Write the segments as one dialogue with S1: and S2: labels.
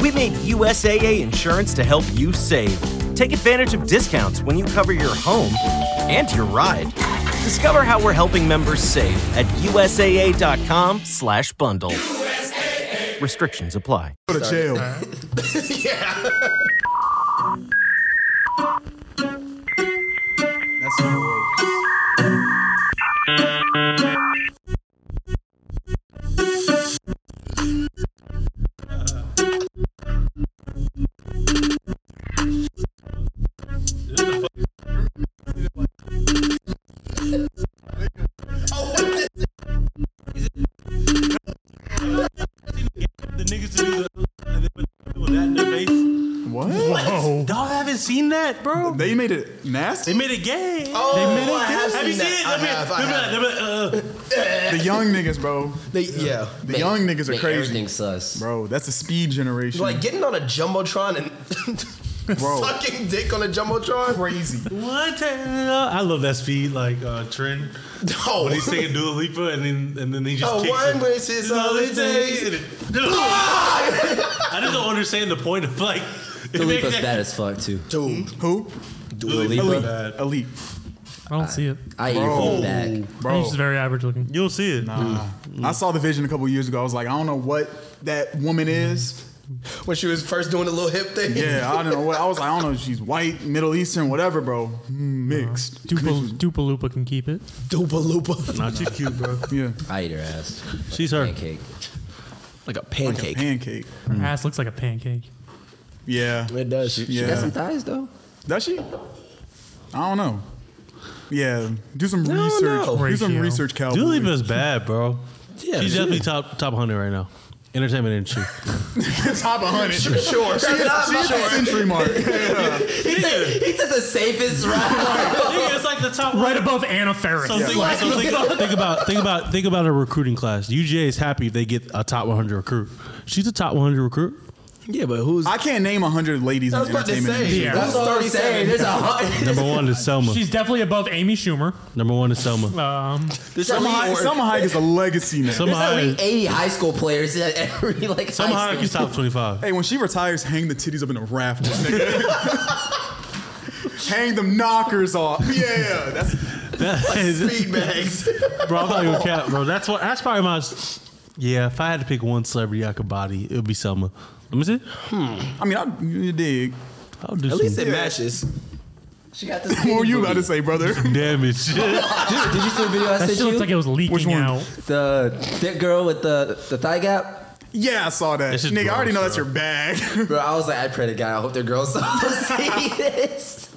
S1: We made USAA insurance to help you save. Take advantage of discounts when you cover your home and your ride. Discover how we're helping members save at usaa.com/slash bundle. Restrictions apply.
S2: Go to jail.
S3: That's outrageous. The niggas to do the and they put that in their face.
S2: What? Whoa.
S3: Y'all haven't seen that, bro.
S2: They made it nasty.
S3: They made it gay.
S4: Oh,
S2: They made it
S4: I have,
S2: good.
S3: Have you seen it?
S4: that. I have. I have.
S3: have.
S2: The young niggas, bro.
S4: They, yeah.
S2: The young niggas are
S4: man,
S2: crazy.
S4: Everything's sus.
S2: Bro, that's the speed generation.
S4: Like getting on a jumbotron and
S2: Bro.
S4: sucking dick on a jumbotron.
S2: crazy.
S3: uh, What? the hell? I love that speed, like uh, trend.
S4: Oh,
S3: When he's singing Dua Lipa, and then and then he just
S4: Oh,
S3: kicks
S4: one
S3: him.
S4: wish is all it takes.
S3: And it- I just don't understand the point of like.
S5: Dua Lipa's
S3: that-
S5: bad as fuck too.
S4: dude.
S2: Who?
S5: Dua
S3: Really
S5: Lipa,
S3: bad.
S2: Elite.
S6: I don't see it.
S5: I eat her from
S2: Bro.
S5: the back.
S6: I think
S2: Bro.
S6: she's very average looking.
S3: You'll see it.
S2: Nah. I saw the vision a couple years ago. I was like, I don't know what that woman is.
S4: When she was first doing the little hip thing.
S2: Yeah, I don't know what. I was like, I don't know. She's white, Middle Eastern, whatever, bro. Mixed.
S6: Dupa, Dupalupa can keep it.
S4: Dupa loopa.
S3: Nah, she's cute, bro.
S2: Yeah.
S5: I eat her ass.
S3: She's her.
S5: Pancake.
S4: Like a pancake.
S2: Pancake.
S6: Her ass looks like a pancake.
S2: Yeah.
S4: it does. She,
S2: Yeah.
S5: Got some thighs though.
S2: Does she? I don't know. Yeah. Do some
S4: don't
S2: research.
S4: know.
S2: Do some
S6: Ratio.
S2: research, Cowboy.
S3: Dua Lipa's bad, bro.
S4: Yeah,
S3: she's
S4: she
S3: definitely top top hundred right now. Entertainment industry.
S2: top 100.
S4: Sure. sure.
S2: She's she's the century mark.
S5: He took, he took the safest route.
S3: Nigga, it's like the top
S6: Right above Anna Faris.
S3: So, think, so think, think about think about think about a recruiting class. UGA is happy if they get a top 100 recruit. She's a top 100 recruit.
S4: Yeah, but who's.
S2: I can't name 100 ladies
S4: I
S2: in
S4: was about to
S2: entertainment. industry.
S4: say.
S6: Yeah.
S4: That's
S5: That's all I'm saying.
S4: 37.
S5: There's a hundred.
S3: Number one is Selma.
S6: She's definitely above Amy Schumer.
S3: Number one is Selma.
S6: Um,
S2: Summer Hayek- Summer Hayek is a legacy now.
S3: Summer
S5: There's
S3: Hayek.
S5: like 80 high school players at every like
S3: Selma
S5: high
S3: Hayek is
S5: school.
S3: top 25.
S2: Hey, when she retires, hang the titties up in a raft, nigga. hang them knockers off. Yeah, that's
S3: That is-
S4: Speed bags.
S3: bro, I'm not even cap, bro. That's what that's probably my Yeah, if I had to pick one celebrity I could body, it would be Selma. Let me see.
S2: I mean, I you dig.
S3: I'll do
S4: At
S3: some
S4: least it matches.
S5: She got this.
S2: What were you about to say, brother?
S3: damage.
S5: Did, did you see the video I
S6: that
S5: sent
S6: shit
S5: you?
S6: looked like it was leaking
S2: Which one?
S6: out.
S5: the thick girl with the, the thigh gap.
S2: yeah, I saw that.
S3: That's
S2: Nigga,
S3: just
S2: I already know
S3: gross,
S2: that's your bag.
S5: Bro, I was like, I pray to God, I hope their girls don't see this.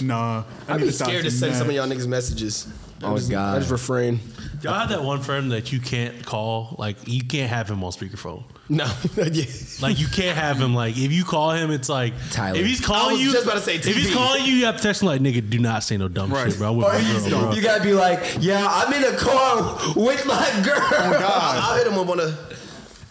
S2: nah, I
S4: I'd
S2: need
S4: be
S2: to stop
S4: scared to
S2: seeing
S4: send
S2: that.
S4: some of y'all niggas messages. I
S5: Oh,
S4: just-
S5: God.
S4: I just refrain.
S3: Y'all have that one friend that you can't call, like you can't have him on speakerphone.
S4: No. yeah.
S3: Like you can't have him. Like if you call him, it's like
S5: Tyler.
S3: If he's calling
S4: I was
S3: you,
S4: just about to say
S3: If he's
S4: TV.
S3: calling you, you have to text him like, nigga, do not say no dumb
S2: Right.
S3: shit, bro.
S4: Oh,
S3: I'm with my girl, bro.
S5: You gotta be like, yeah, I'm in a car with my girl.
S4: I'll,
S2: God,
S4: I'll hit him up on a.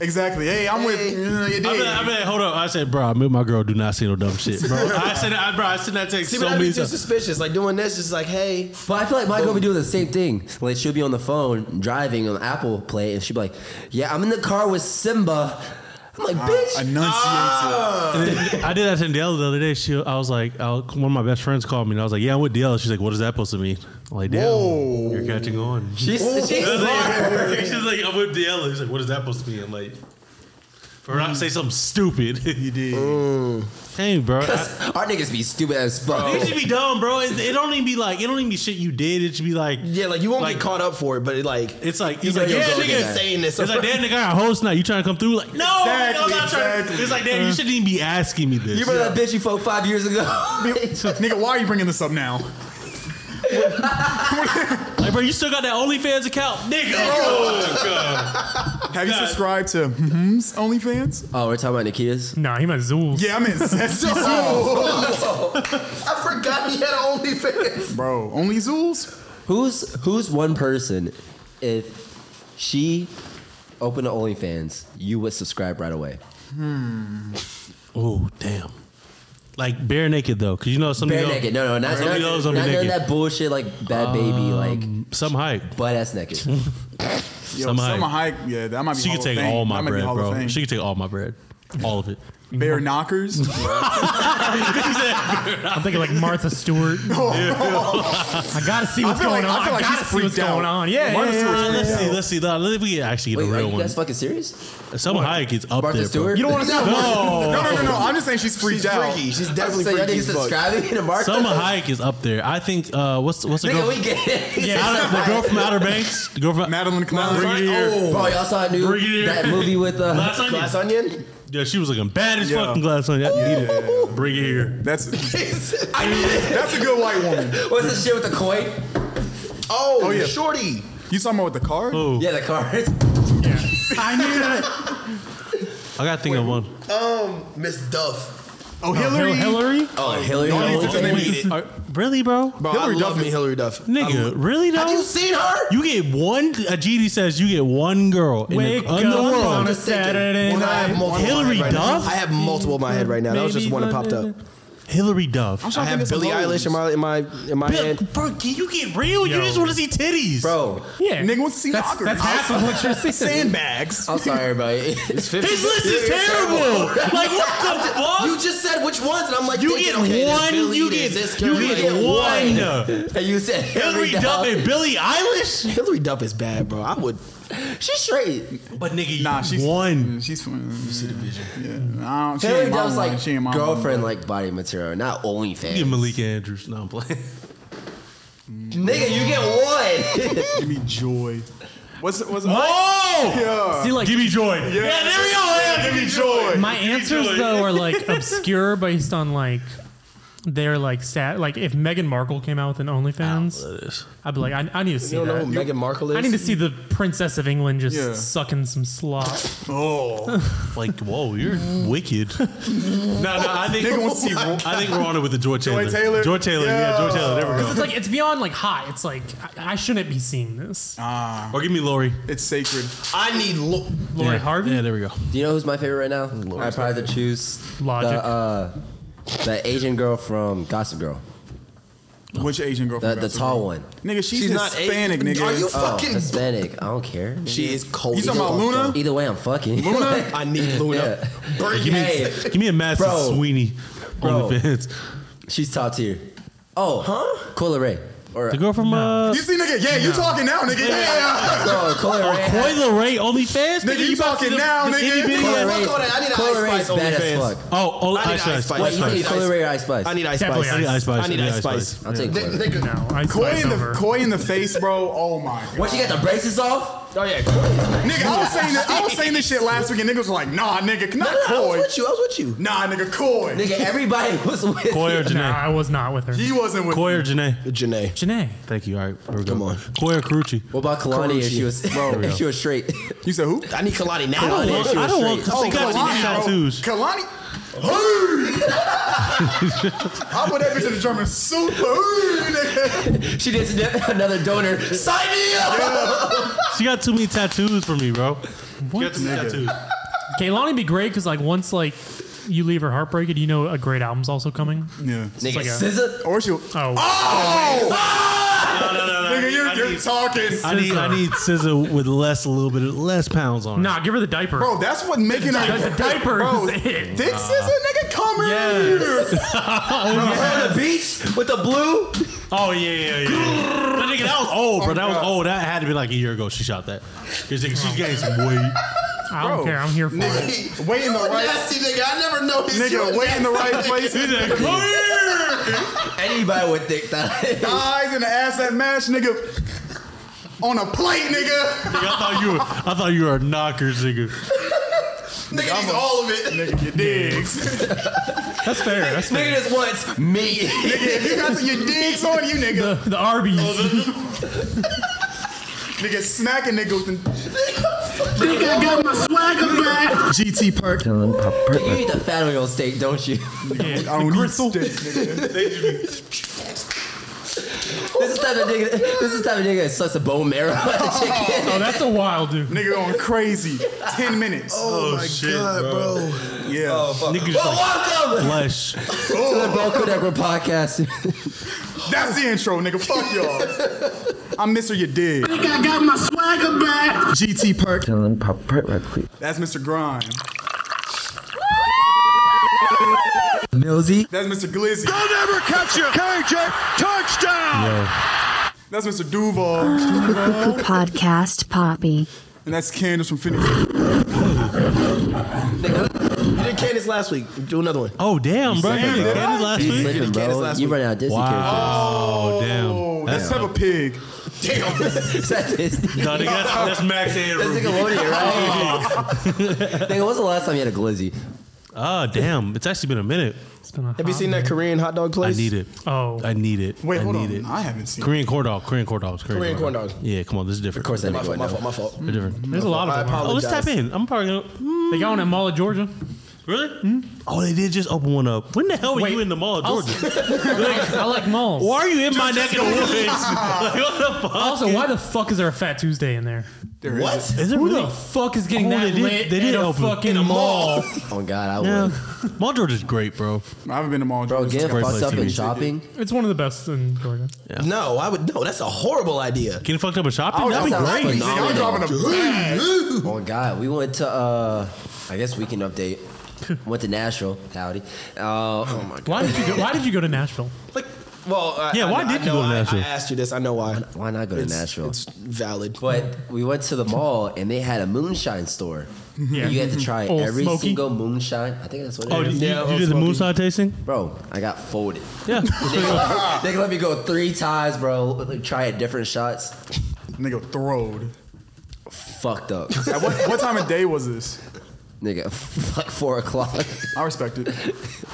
S2: exactly. Hey, I'm with.
S4: Hey.
S2: Yeah, you dig.
S3: I mean, I mean, hold up. I said, bro, I'm with my girl. Do not say no dumb shit, bro. I said, I, bro, I sent that text
S4: See,
S3: so
S4: but I'd be
S3: many
S4: too
S3: times.
S4: suspicious. Like doing this, just like, hey,
S5: But I feel like my girl be doing the same thing. Like she'll be on the phone driving on Apple Play, and she'll be like, "Yeah, I'm in the car with Simba." I'm
S4: Ah,
S5: like, "Bitch,
S2: Enunciate.
S3: I did that to Dale the other day. She, I was like, I was- one of my best friends called me, and I was like, yeah, I'm with Dale. She's like, what does that supposed to mean? I'm like, damn,
S2: Whoa.
S3: you're catching on.
S5: she's
S4: Oh.
S5: she's smart."
S3: She's like, I'm with Dale. He's like, what is that supposed to mean? I'm like, for not to say something stupid. you did.
S5: Mm.
S3: Hey, bro. I,
S5: Our niggas be stupid as
S4: Oh.
S5: fuck.
S3: it should be dumb, bro. It, it don't even be like, it don't even be shit you did. It should be like,
S4: yeah, like you won't
S3: Like-
S4: get caught up for it, but it, like,
S3: it's like, it's
S4: like,
S3: like,
S4: yo,
S3: yeah,
S4: go
S3: nigga.
S4: get saying this.
S3: It's like, damn, nigga, I got host now. You trying to come through? Like, no, no, I'm not
S2: Exactly,
S3: trying.
S2: exactly.
S3: It's like, damn, you shouldn't even be asking me this.
S5: Uh-huh. You remember that bitch you fucked five years ago?
S2: Nigga, why are you bringing this up now?
S3: like, bro, you still got that OnlyFans account, nigga. Oh, God.
S2: Have you
S3: God.
S2: subscribed to Mhm's OnlyFans?
S5: oh, we're talking about Nikita's.
S6: Nah, he meant Zool.
S2: Yeah, I'm in.
S4: I forgot he had OnlyFans.
S2: Bro, only Zools?
S5: Who's who's one person? If she opened an OnlyFans, you would subscribe right away.
S3: Oh, damn. Like bare naked though, because you know some
S5: Bare
S3: of y'all-
S5: naked. No, no, not,
S3: Some of
S5: not,
S3: y'all's
S5: not,
S3: only
S5: none of
S3: naked. Um,
S5: that bullshit like bad baby, like
S3: some hype.
S5: butt ass naked.
S2: Yo,
S3: Summer
S2: Summer Hayek. Yeah, that might be
S3: She
S2: Hall
S3: could
S2: of
S3: take
S2: Fame.
S3: all my
S2: That might be
S3: bread,
S2: Hall of
S3: bro.
S2: Fame.
S3: She could take all my bread, all of it.
S2: Bear knockers.
S6: I'm thinking like Martha Stewart. I gotta see what's
S2: feel
S6: going
S2: like-
S6: on.
S2: I
S6: I,
S2: feel like he's
S6: gotta see what's
S2: freaked out.
S6: going on. Yeah,
S2: Martha
S6: yeah, yeah.
S2: Stewart's freaked
S3: Let's
S2: out.
S3: see. Let's see. No, Let me actually get
S5: Wait,
S3: a
S5: are
S3: real
S5: you
S3: one.
S5: guys fucking serious?
S3: Selma Hayek is up
S5: Martha
S3: there.
S5: Stewart?
S2: You don't want to see
S3: No.
S2: no, no, no, no. I'm just saying she's freaked
S4: She's
S2: out.
S4: freaky. She's
S5: I was
S4: definitely
S5: saying, y'all
S4: freaky.
S5: niggas
S4: as fuck.
S5: subscribing to Martha?
S3: Selma Hayek is up there. I think. Uh, what's what's the girl?
S5: Nigga, we get it.
S6: Yeah,
S3: Outer- the girl from Outer Banks. The girl from
S2: Madeline Klein.
S3: Madeline
S2: Bring it here.
S3: Klein.
S5: Oh, Bro, y'all saw a new
S3: Bring it here.
S5: that movie with uh,
S3: Glass Onion.
S5: Glass Onion?
S3: Yeah, she was looking bad as
S2: Yeah.
S3: fucking glass on. I need it. Bring it here.
S2: That's that's a good white woman.
S5: What's this shit with the coin?
S4: Oh,
S2: Oh, yeah.
S4: shorty.
S2: You talking about with the car?
S3: Oh,
S5: Yeah, the cards.
S6: I knew that.
S3: I gotta think of one.
S4: Um, Miss Duff.
S2: Oh,
S6: Hillary.
S2: Hillary.
S6: Hillary?
S5: Oh, Hillary.
S2: Y'all need to
S5: Hillary.
S2: just name
S4: Wait.
S2: it.
S3: Are- really, bro?
S2: Bro, I
S4: Hillary
S2: love
S4: Duff. Me,
S2: me.
S4: Hillary Duff.
S3: Nigga, really though?
S4: Have you seen her?
S3: You get one. A GD says you get one girl in
S6: Wake
S3: the, in the
S6: up on
S3: world.
S6: a Saturday
S4: I have
S6: night.
S4: multiple in my
S3: Hillary
S4: head right now.
S3: Duff?
S4: I have multiple in my head right now. That was just
S6: Maybe
S4: one that popped up.
S3: Hillary Duff.
S2: trying
S4: I
S2: to think
S4: have
S2: of some
S4: Billie
S2: roles.
S4: Eilish in my in my in my
S3: Bill,
S4: head.
S3: bro, can you get real?
S6: Yo.
S3: You just want to see titties,
S5: Bro,
S6: Yeah.
S2: Nigga wants to see
S6: that's,
S2: knockers.
S6: that's half of what you're seeing.
S2: Sandbags.
S5: I'm sorry, everybody.
S4: It's 50.
S3: His list is terrible. like what the fuck?
S5: You just said which ones, and I'm like,
S3: You
S5: thinking,
S3: get
S5: okay, there's
S3: one.
S5: Billie,
S3: you
S5: there's
S3: get
S5: this
S3: you
S5: Hillary,
S3: get one.
S5: And you said
S3: Hillary Duff and Billie Eilish.
S4: Hillary Duff is bad, bro. I would.
S5: She's straight.
S3: But nigga,
S2: Nah, she's mm,
S3: one.
S2: She's from. You see the vision. Yeah. I don't, she
S5: Hillary
S2: ain't my
S5: Duff's
S2: one.
S5: like
S2: she ain't my one.
S5: girlfriend, like body material, not OnlyFans.
S3: Give Malika Andrews. No, I'm playing.
S5: Nigga, you get one.
S2: Give me joy. What's what's
S3: Oh,
S2: Yeah.
S6: See, like,
S3: give me joy. Yeah, there we go. Yeah,
S2: Give me joy.
S6: my answers though are like obscure based on like they're like sad. Like if Meghan Markle came out with an OnlyFans, I'd be like, I, I need to see
S4: You don't know
S6: that.
S4: who Meghan Markle is?
S6: I need to see the Princess of England just
S2: Yeah.
S6: sucking some slop.
S2: Oh.
S3: Like, whoa, you're wicked. no, no, I think
S2: Nigga wants to see Ro-
S3: I think we're on it with the Joy Taylor.
S2: Taylor?
S3: Joy Taylor. Yeah,
S2: Yeah.
S3: Joy Taylor. There we
S6: Because
S3: go.
S6: it's like it's beyond like hot. It's like I, I shouldn't be seeing this.
S2: Uh,
S3: Or give me Lori.
S2: It's sacred.
S4: I need. Lo-
S6: Lori
S3: yeah.
S6: Harvey.
S3: Yeah, there we go.
S5: Do you know who's my favorite right now? I'd probably have to choose
S6: Logic.
S5: the uh, the Asian girl from Gossip Girl,
S2: Which Asian girlfriend?
S5: the, the tall one.
S2: Nigga, she's,
S4: She's not
S2: Hispanic,
S4: Asian.
S2: nigga.
S4: Are you
S5: Oh,
S4: fucking?
S5: Hispanic. I don't care.
S4: She is cold.
S2: You talking about Luna?
S5: Either way, I'm fucking.
S2: Luna?
S4: I need Luna. Bring
S5: Give me-
S4: it.
S3: Give me a Madison
S5: Bro.
S3: Sweeney
S5: Bro.
S3: on the fence.
S5: She's top tier. Oh, huh? Cola Ray or
S3: The girl from uh,
S2: You see, nigga? Yeah, you talking now, nigga? Yeah.
S5: no, oh, Cola Ray.
S3: Coil Ray OnlyFans.
S2: Nigga, you
S3: about to see
S2: talking
S3: the-
S2: now,
S3: the
S2: nigga.
S3: itty bitty ass-
S4: Fuck
S5: Cola Ray's-
S4: all that. I need an Ice
S5: Cola Ray's
S4: Spice
S5: bad as
S4: OnlyFans.
S5: fuck.
S3: Oh, oh,
S4: I
S3: Ice
S4: need Ice
S3: Spice.
S4: Spice.
S5: Wait, you
S4: I
S5: say
S4: need
S5: Cola
S4: Ice-
S5: Ray or Ice Spice?
S4: I need ice
S6: Definitely
S4: spice.
S6: Ice
S3: Ice Spice.
S4: I need
S3: Yeah,
S4: ice
S3: Ice Spice.
S4: spice.
S5: I'll take
S4: Th-
S5: Cola Ray.
S4: nigga,
S6: No, I
S2: Koi
S6: spice
S2: in
S6: over.
S2: the Koi in the face, bro. Oh my god.
S5: What you got the braces off?
S4: Oh yeah, Koi.
S2: Nigga, I was saying that, I was saying this shit last week, and niggas were like, Nah, nigga, not
S4: I was
S2: Koi.
S4: with you. I was with you.
S2: Nah, nigga, Koi.
S5: Nigga, everybody was with.
S3: Coy or
S6: No,
S3: Janae.
S6: I was not with her.
S2: He wasn't with.
S3: Coy or Janae.
S4: Janae.
S6: Janae.
S3: Thank you. All right, here we go.
S4: Come on.
S3: Coy or Carucci.
S5: What about Kalani if she was
S3: There we
S5: if
S3: go.
S5: she was straight?
S2: You said who?
S4: I need Kalani now.
S3: I don't
S4: Kalani.
S3: want.
S4: She
S3: I
S4: was
S3: don't want.
S4: straight.
S3: Cause they got these tattoos.
S2: bro. Kalani. I put that bitch in the German super. nigga.
S5: she did another donor. Sign me up.
S3: She got too many tattoos for me, bro. She got too many
S2: Nigga.
S3: tattoos.
S6: Kaylani be great because like once like you leave her heartbroken, you know a great album's also coming.
S2: Yeah.
S5: Nigga,
S6: like a-
S5: SZA.
S2: Or she'll.
S6: Oh,
S2: Nigga, you're,
S3: I
S2: you're
S3: need-
S2: talking.
S3: I need I need scissor with less a little bit less pounds on. it.
S6: nah, give her the diaper.
S2: Bro, that's what making
S6: di-
S2: a
S6: the diaper
S2: Bro,
S6: is it.
S2: dick scissor, nigga, come
S6: Yes.
S2: here.
S5: on the beach with the blue.
S3: Oh yeah, yeah, yeah. but nigga, that was old, bro. That was
S2: God.
S3: old. That had to be like a year ago. She shot that. Cause nigga, she's getting some weight.
S6: I don't
S2: bro.
S6: care. I'm here for it.
S2: Nigga, way in the
S4: You a
S2: right,
S4: Nasty nigga. I never noticed. you
S2: nigga,
S4: a
S2: way in the
S4: nasty
S2: right
S4: nigga.
S2: place.
S3: He's like, "Come here!"
S5: Anybody would think that.
S2: Eyes and the ass that match, nigga. On a plate, nigga.
S3: Nigga, I thought you were. I thought you were a knocker, nigga.
S4: Nigga needs all of it.
S2: Nigga, your digs.
S6: That's fair. That's fair.
S5: Nigga just wants me.
S2: nigga, if you got your digs on you, nigga.
S6: The, the Arby's. nigga,
S2: Nigga, smacking nigga with the
S4: GT perk.
S5: you eat the fat on your steak, don't you?
S2: I don't need
S6: gristle.
S2: sticks, nigga.
S5: This is the type of nigga. This is the type of nigga that sucks a bone marrow out of chicken.
S6: Oh, that's a wild dude.
S2: nigga going crazy. Ten minutes.
S3: Oh, shit,
S4: bro.
S2: yeah.
S3: Nigga, just like
S5: Welcome
S3: flesh.
S5: to the Bro Kodakra podcast.
S2: That's the intro, nigga. Fuck y'all. I'm Mr. Your Dig.
S7: I got my swagger back.
S2: GT Perk.
S8: Dylan, pop right, right, please.
S2: That's Mr. Grime.
S5: Millsy.
S2: That's Mr. Glizzy.
S8: I'll never catch you. KJ, touchdown.
S3: Yo,
S2: That's Mr. Duval.
S9: Podcast Poppy.
S2: And that's Candace from Phoenix.
S4: You did Candace last week. Do another one.
S3: oh damn, bro!
S5: said
S3: You did
S5: that, bro.
S3: it last
S5: You
S3: week.
S5: slipping,
S4: Candace
S5: bro.
S4: last
S5: You
S4: week.
S5: run out of Disney
S3: Wow,
S2: Oh,
S3: damn.
S2: that's Peppa Pig.
S4: Damn.
S5: characters. That's Disney.
S3: No, nigga, that's, that's Max
S5: That's
S3: Abrams.
S5: Nickelodeon, right? Nigga, when's the last time you had a glizzy?
S3: Oh damn, it's actually been a minute.
S6: It's been a
S4: Have you
S6: hot
S4: seen that
S6: minute.
S4: Korean hot dog
S3: I
S4: place?
S3: need it.
S6: Oh.
S3: I need it.
S2: Wait,
S3: I
S2: hold
S3: need
S2: on.
S3: It.
S2: I haven't seen
S3: Korean corn dog. Korean corn dogs.
S4: Korean corn dogs.
S3: Yeah, come on, this is different.
S5: Of course, that
S4: My
S5: nigga
S4: fault.
S5: would
S4: My
S5: know.
S4: fault. My fault.
S3: They're different.
S6: There's a lot
S4: I
S6: of them. out.
S3: Oh, let's
S4: apologize.
S3: tap in. I'm probably gonna. hmm?
S6: They got one at Mall of Georgia.
S3: Really? Oh, they did just open one up. When the hell were
S6: Wait,
S3: you in the mall of
S6: I'll-
S3: Georgia?
S6: I like malls.
S3: Why are you in my neck of the woods? like, what the fuck?
S6: Also, why the fuck is there a Fat Tuesday in there?
S2: it. What?
S3: Is it
S6: Who
S3: really?
S6: the fuck is getting
S3: Oh,
S6: that
S3: they did-
S6: lit
S3: they did
S6: at a
S3: open-
S6: fucking
S3: in a
S6: mall?
S5: Oh God, I would.
S3: Yeah. Mall of Georgia's great, bro.
S2: I haven't been to Mall
S5: Bro,
S2: Georgia.
S5: getting
S3: Great
S5: fucked
S3: place
S5: up
S3: to
S5: in
S3: be.
S5: shopping.
S6: It's one of the best in Georgia.
S4: No, I would. No, that's a horrible idea.
S3: Getting fucked up with shopping?
S2: Oh,
S3: That'd
S5: that
S3: be
S5: sounds
S3: great.
S5: phenomenal.
S2: Y'all dropping a bag.
S5: Oh God, we went to. uh I guess we can update. Went to Nashville. Howdy. Uh, oh my God.
S6: Why did you go? Why did you go to Nashville?
S4: Like, well, I,
S3: Yeah, why
S4: I,
S3: did
S4: I
S3: you
S4: know,
S3: go to
S4: I-
S3: Nashville?
S4: I, asked you this. I know why.
S5: Why not go to Nashville?
S4: It's valid.
S5: But we went to the mall and they had a moonshine store.
S6: Yeah.
S5: You had to try
S6: Old
S5: every
S6: Smoky.
S5: single moonshine. I think that's what
S3: Oh, you,
S5: it is.
S3: you- you did the moonshine tasting?
S5: Bro, I got folded.
S3: Yeah.
S5: They, they can let me go three times, bro. Try it different shots.
S2: Nigga throwed.
S5: Fucked up.
S2: At what, what time of day was this?
S5: Nigga, like four o'clock.
S2: I respect it.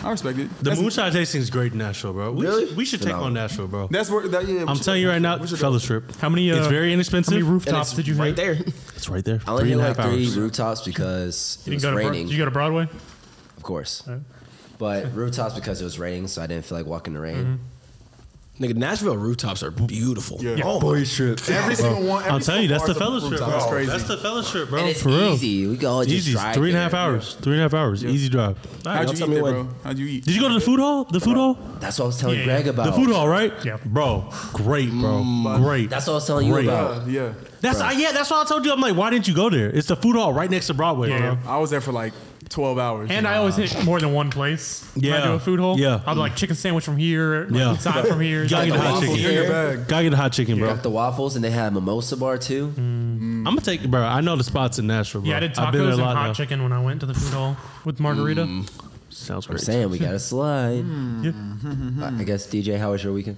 S2: I respect it.
S3: The
S2: that's,
S3: moonshine tasting is great in Nashville, bro. We,
S5: Really?
S3: should, we should take on Nashville, bro.
S2: That's where. That, yeah, we
S3: I'm
S2: should-
S3: telling you right now,
S2: we should go.
S3: fellas trip.
S6: How many? Uh,
S3: It's very inexpensive.
S6: How many
S4: And
S6: rooftops
S4: it's
S6: did you
S4: right
S6: hit?
S4: there?
S3: It's right there.
S5: I only
S3: Three
S5: hit
S3: and a
S5: like
S3: half
S5: three
S3: hours.
S5: rooftops because it
S6: You
S5: was
S6: didn't go to. Bro-
S5: raining,
S6: did you go to Broadway?
S5: of course. But rooftops because it was raining, so I didn't feel like walking in the rain.
S3: Mm-hmm.
S4: Nigga, Nashville rooftops are beautiful.
S2: Yeah.
S4: Oh my
S2: Every single one. Every
S3: I'm telling you, that's the
S2: fellas
S3: fellowship,
S2: That's
S3: bro.
S2: crazy.
S3: That's the fellowship, bro.
S5: And it's
S3: For real.
S5: easy. We go just
S3: Easy.
S5: drive
S3: Three and a
S5: there.
S3: half hours. Three and a half hours. Easy drive.
S2: How'd you
S4: tell
S2: eat
S4: me
S2: it,
S4: when.
S2: bro? How'd you eat?
S3: Did you go to the food hall? The food hall?
S5: That's what I was telling
S6: Yeah,
S5: Greg
S6: yeah.
S5: about.
S3: The food hall, right?
S6: Yeah.
S3: Bro, great, bro. Great.
S5: That's what I was telling you
S3: Great.
S5: about.
S2: Uh, yeah.
S3: That's I, yeah. That's what I told you. I'm like, why didn't you go there? It's the food hall right next to Broadway,
S6: Yeah.
S3: bro.
S2: I was there for like 12 hours.
S6: And I always hit more than one place. When
S3: Yeah.
S6: I do a food hole.
S3: Yeah.
S6: I'll be like chicken sandwich from here. like,
S3: Yeah.
S6: Pizza Hut from here.
S3: Gotta get
S5: the
S3: the hot
S5: waffles
S3: chicken.
S2: in your bag.
S3: Gotta get the hot chicken, bro. Mm-hmm.
S5: Got the waffles and they had a mimosa bar too.
S3: I'm gonna take, bro. I know the spots in Nashville, bro.
S6: Yeah, I did
S3: I've been there
S6: tacos
S3: a
S6: and
S3: lot
S6: hot
S3: now.
S6: chicken when I went to the food hall with margarita.
S3: Sounds
S5: I'm
S3: great.
S5: saying we got a slide.
S6: Yeah.
S3: Mm-hmm.
S5: I I guess DJ, how was your weekend?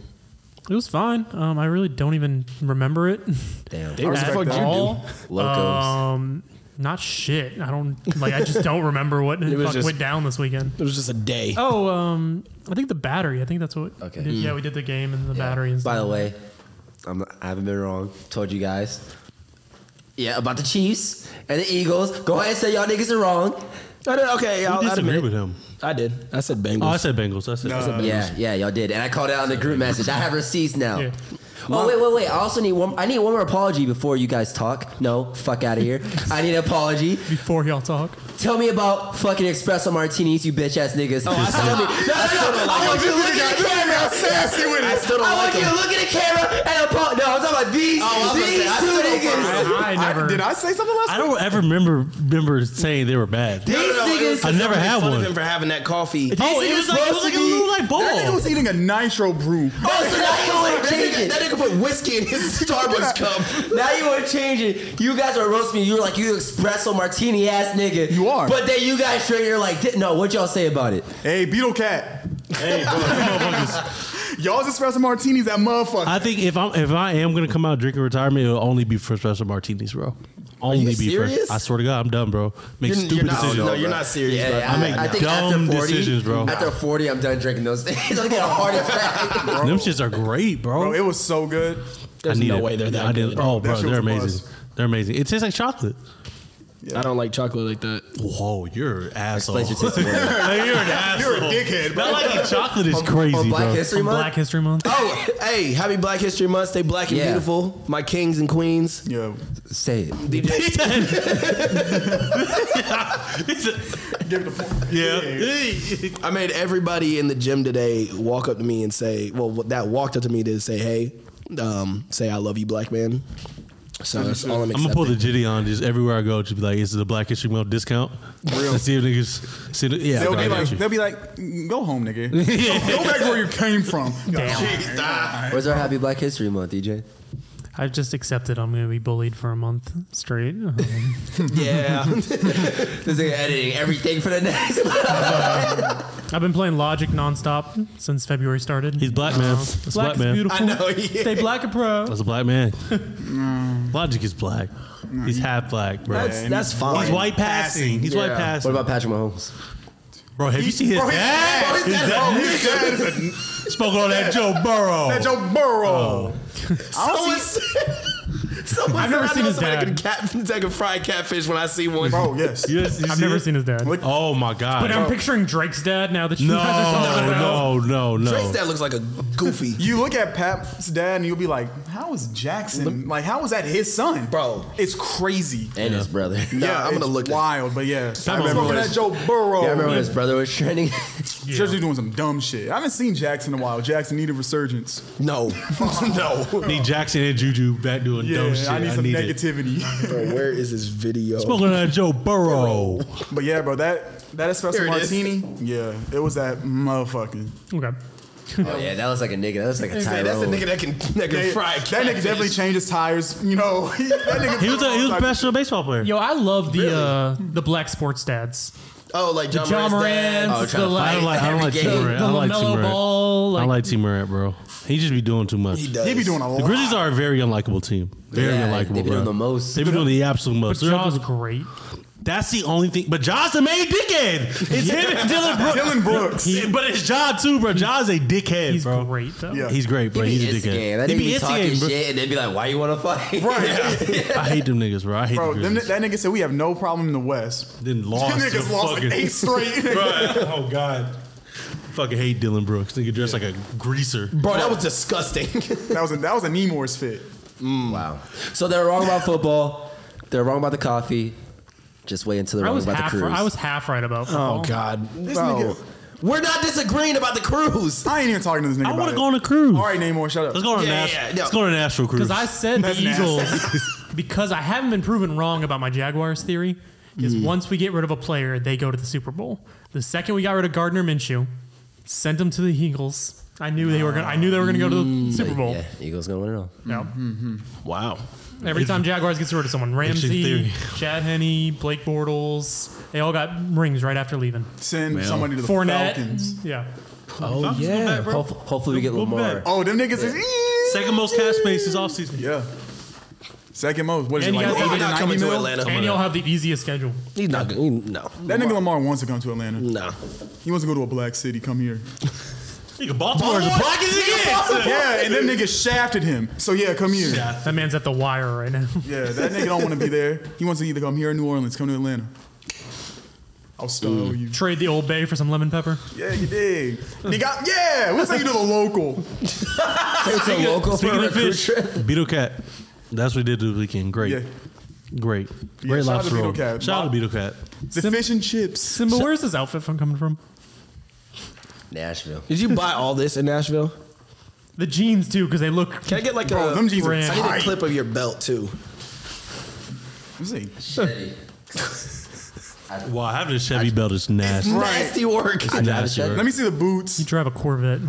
S6: It was fine. Um, I really don't even remember it
S5: Damn.
S4: What the
S6: at
S4: fuck you do?
S6: all.
S5: Locos.
S6: Um, not shit. I don't like. I just don't remember what
S4: was
S6: fuck
S4: just-
S6: went down this weekend.
S4: It was just a day. Mm.
S6: Oh, um, I think the battery. I think that's what.
S5: Okay.
S6: we did. Yeah, we did the game and the battery. And
S5: By
S6: stuff.
S5: the way, I'm, I haven't been wrong. Told you guys. Yeah, about the Chiefs and the Eagles. Go ahead and say y'all niggas are wrong.
S4: I did, okay, I'll,
S3: I
S4: I'll
S3: disagree
S4: admit.
S3: with him.
S4: I did. I said Bengals.
S3: Oh, I said Bengals. I said.
S5: Yeah, yeah, y'all did. And I called it out in the group message. I have receipts now.
S6: Yeah.
S5: Oh wait, wait, wait! I also need one. I need one more apology before you guys talk. No, fuck out of here. I need an apology.
S6: Before y'all talk,
S5: Tell me about fucking espresso martinis, you bitch ass niggas. Oh, I still don't. No, no, no. I want you to look at the camera. Sassy with it. Oh, I still don't. I want you to look at the camera and apologize. No, I'm talking about these, these two niggas.
S6: I never.
S2: Did I say something last
S3: I don't ever remember remember saying they were bad.
S5: These niggas.
S3: I never had
S4: fun
S3: one.
S4: of him for having that coffee.
S5: These
S3: Oh, it
S5: niggas
S3: was like it was
S5: supposed
S3: like
S5: to
S3: a
S5: be-
S3: little like ball.
S2: That nigga was eating a nitro brew.
S5: Oh, so now you want
S4: That
S5: to change
S4: nigga,
S5: it.
S4: that nigga put whiskey in his Starbucks cup.
S5: Now you want to change it. You guys are roasting me. You're like you espresso martini ass nigga.
S2: You are.
S5: But then you guys straight. You're like, "Di- no. What y'all say about it?
S2: Hey, Beetle Cat.
S3: Hey, bro, you motherfuckers.
S2: Y'all's espresso martinis, that motherfucker.
S3: I think if I'm if I am gonna come out drinking retirement, it'll only be for special martinis, bro. Only be
S5: serious?
S3: for. I swear to God, I'm done, bro. Make
S4: You're,
S3: stupid
S4: you're not,
S3: decisions.
S4: no, you're not serious. bro.
S5: Yeah,
S3: I make dumb decisions, bro.
S5: After 40, I'm done drinking those things. I'll get a heart attack.
S3: Them shits are great, bro.
S2: Bro, it was so good.
S4: There's
S3: I need
S4: no
S3: it.
S4: way they're that
S3: I did-
S4: good.
S3: Oh,
S2: That
S3: bro,
S2: shit
S3: they're
S2: was a
S3: amazing.
S2: buzz.
S3: They're amazing. It tastes like chocolate.
S4: I don't like chocolate like that.
S3: Whoa, you're an asshole.
S5: Explain your testimony.
S3: Hey, you're an asshole.
S2: You're a dickhead, bro.
S3: Not like the chocolate is
S5: On
S3: crazy,
S5: Black
S3: bro.
S5: History Month.
S6: Black History Month.
S4: Oh, hey, happy Black History Month. Stay black and
S5: Yeah.
S4: beautiful. My kings and queens.
S2: Yeah.
S5: Say it.
S2: Give it a point.
S3: yeah.
S4: I made everybody in the gym today walk up to me and say, well, that walked up to me to say, hey, um, say I love you, black man. So that's all I'm
S3: I'm gonna pull the jitty on just everywhere I go. Just be like, is it a Black History Month discount? Real. see if niggas. See, yeah,
S2: They'll
S3: I
S2: be
S3: got
S2: like,
S3: you.
S2: they'll be like, "Mm, go home, nigga. go, go back where you came from. ah.
S6: Damn.
S5: Where's our Happy Black History Month, DJ?
S6: I've just accepted I'm going to be bullied for a month straight. Um,
S4: Yeah.
S5: This nigga editing everything for the next.
S6: I've been playing Logic nonstop since February started.
S3: He's black, man.
S6: Uh,
S3: That's black,
S6: black is
S3: man.
S6: beautiful.
S4: I know, yeah.
S6: Stay black and pro.
S3: That's a black man. Logic is black. He's half black, bro.
S4: That's, that's fine.
S3: He's white passing. He's white
S5: what
S3: passing.
S5: about Patrick Mahomes?
S3: bro, have you seen his
S2: Bro, his
S3: dad?
S2: dad-
S3: His dad
S2: his dad is a
S3: spoke on that Joe Burrow.
S2: That Joe Burrow. I don't see.
S4: Someone
S6: I've never
S4: said I
S6: seen
S4: know
S6: his
S4: somebody
S6: dad.
S4: Can cat, that can fry catfish when I see one.
S2: Bro, yes.
S3: You guys- you
S6: I've
S3: see
S6: never
S3: it?
S6: seen his dad.
S2: Look-
S3: Oh my god.
S6: but I'm picturing Drake's dad now that you
S3: no,
S6: guys are talking about
S3: no,
S6: it.
S3: no, no.
S4: Drake's dad looks like a goofy.
S2: You look at Pap's dad and you'll be like, how is Jackson? Like, how is that his son?
S4: Bro.
S2: It's crazy.
S5: And his brother.
S4: Nah, I'm
S2: it's
S4: gonna look. At,
S2: wild, but yeah. I
S3: remember
S2: remember
S3: when
S2: that
S3: his-
S2: Joe Burrow.
S5: Yeah, Oh, I remember when his brother was training.
S2: Jersey doing some dumb shit. I haven't seen Jackson in a while. Jackson needed resurgence.
S4: no, no.
S3: need Jackson and Juju back doing
S2: Yeah,
S3: dumb shit.
S2: I need some
S3: it.
S2: negativity.
S4: Bro, where is this video?
S3: Spoke on that Joe Burrow.
S2: but yeah, bro, that that espresso
S4: There it is.
S2: martini. Yeah, it was that motherfucking.
S6: Okay.
S5: oh yeah, that was like a nigga. That was like a
S4: Say,
S5: Tyrone.
S4: that's the nigga that can that can
S2: That,
S4: fry
S2: that
S4: catfish.
S2: nigga definitely changed his tires. You know, that nigga.
S3: He was a, he was a
S2: Like,
S3: professional baseball player.
S6: Yo, I love the uh, the black sports dads.
S4: Oh, like John,
S6: John
S4: Moran's dad. Oh,
S6: Moran's,
S5: trying
S6: the
S3: I
S5: to
S6: like,
S3: don't like I don't like
S5: Every
S3: Team
S5: game.
S3: Red. I
S6: the
S3: don't like Team
S6: LaMelo
S3: Red.
S6: ball.
S3: I
S6: Like,
S3: like Team Red, bro. He just be doing too much.
S4: He does.
S2: He be doing a
S3: The
S2: lot.
S3: Grizzlies are a very unlikable team. Very
S5: Yeah,
S3: unlikable,
S5: they be
S3: bro.
S5: doing the most.
S3: They be doing the absolute
S6: but
S3: most. They're-
S6: Jaw's great.
S3: That's the only thing. But Ja's the main dickhead. It's him and Dylan Brooks.
S2: Dylan Brooks.
S3: but it's Ja too, bro. Ja's a dickhead,
S6: He's
S3: bro.
S6: great, though.
S2: Yeah.
S3: He's great, but
S5: He
S3: he's
S5: be
S3: a
S5: instigating.
S3: dickhead.
S5: That nigga be talking
S3: bro.
S5: shit and then be like, "Why you want to fight?"
S2: Right.
S3: I hate them niggas, bro. I hate
S2: Bro,
S3: them
S2: them,
S3: niggas.
S2: that nigga said we have no problem in the West.
S3: then lost.
S2: Them
S3: to
S2: niggas lost
S3: fucking,
S2: like eight straight.
S3: Bro, oh god. Fucking hate Dylan Brooks. Nigga dressed like a greaser.
S4: Bro, that was disgusting.
S2: That was a, that was a Nemours fit.
S5: Wow. So they're wrong about football. They're wrong about the coffee. Just wait until they're
S6: I
S5: wrong
S6: was
S5: about the
S6: half.
S5: cruise.
S6: I was half right about.
S4: oh
S6: Football.
S4: God, this
S2: Bro.
S4: nigga. We're not disagreeing about the cruise.
S2: I ain't even talking to this nigga.
S3: I
S2: want
S3: want to go on a cruise.
S2: All right, Namor, shut up.
S3: Let's go on a
S4: Yeah,
S3: Nash-
S4: yeah, yeah.
S3: Let's go on a Nashville cruise.
S6: Because I said the
S2: That's nasty.
S6: Eagles because I haven't been proven wrong about my Jaguars theory. Is once we get rid of a player, they go to the Super Bowl. The second we got rid of Gardner Minshew, sent them to the Eagles. I knew they were gonna. I knew they were gonna go to the Super Bowl.
S5: Yeah, Eagles gonna win it all.
S6: No.
S4: Wow.
S6: Every time Jaguars gets rid of someone, Ramsey,
S3: theory.
S6: Chad Henney, Blake Bortles, they all got rings right after leaving.
S2: Send somebody to the
S6: Fournette.
S2: Falcons.
S6: Yeah.
S5: Oh
S3: yeah. back, bro.
S5: Hopefully, hopefully we get
S3: Go
S5: Lamar.
S3: back.
S2: Oh, them niggas is
S3: Second most cash space this offseason.
S2: Yeah. Second most. What is
S6: And
S2: it
S6: you
S2: like?
S6: guys-
S4: He's
S6: He's
S4: not
S2: 90
S4: coming to
S2: mil?
S4: Atlanta.
S6: And you'll have the easiest schedule.
S4: He's not good. He- No,
S2: That nigga Lamar wants to come to Atlanta.
S4: no.
S2: He wants to go to a black city. Come here.
S3: Nigga, Baltimore's
S4: Baltimore?
S3: black as it is.
S2: Yeah, and them niggas shafted him. So yeah, come here.
S6: That man's at the wire right now.
S2: Yeah, that nigga don't want to be there. He wants to either come here or New Orleans. Come to Atlanta. I'll style you.
S6: Trade the Old Bay for some lemon pepper.
S2: Yeah, you dig. Nigga, yeah, we'll take you to the local.
S5: It's a local for
S3: Speaking
S5: a
S3: of
S5: cruise
S3: fish,
S5: trip.
S3: Beetle Cat. That's what we did this weekend. Great.
S2: Yeah.
S3: Great.
S2: shout out
S3: Great
S2: to
S3: lobster
S2: Beetle
S3: roll.
S2: Cat.
S3: Shout out to Beetle Cat.
S2: The fish and chips.
S6: Simba, where's this outfit from coming from?
S5: Nashville.
S4: Did you buy all this in Nashville?
S6: The jeans too, because they look.
S4: Can I get like
S2: Bro,
S4: a?
S2: them jeans are
S6: brand.
S4: I need a
S2: tight.
S4: clip of your belt too.
S2: This ain't
S3: Wow, having a Chevy belt is nasty.
S4: Nasty work.
S3: nasty
S5: Chevy.
S3: bro.
S2: Let me see the boots.
S6: You drive a Corvette.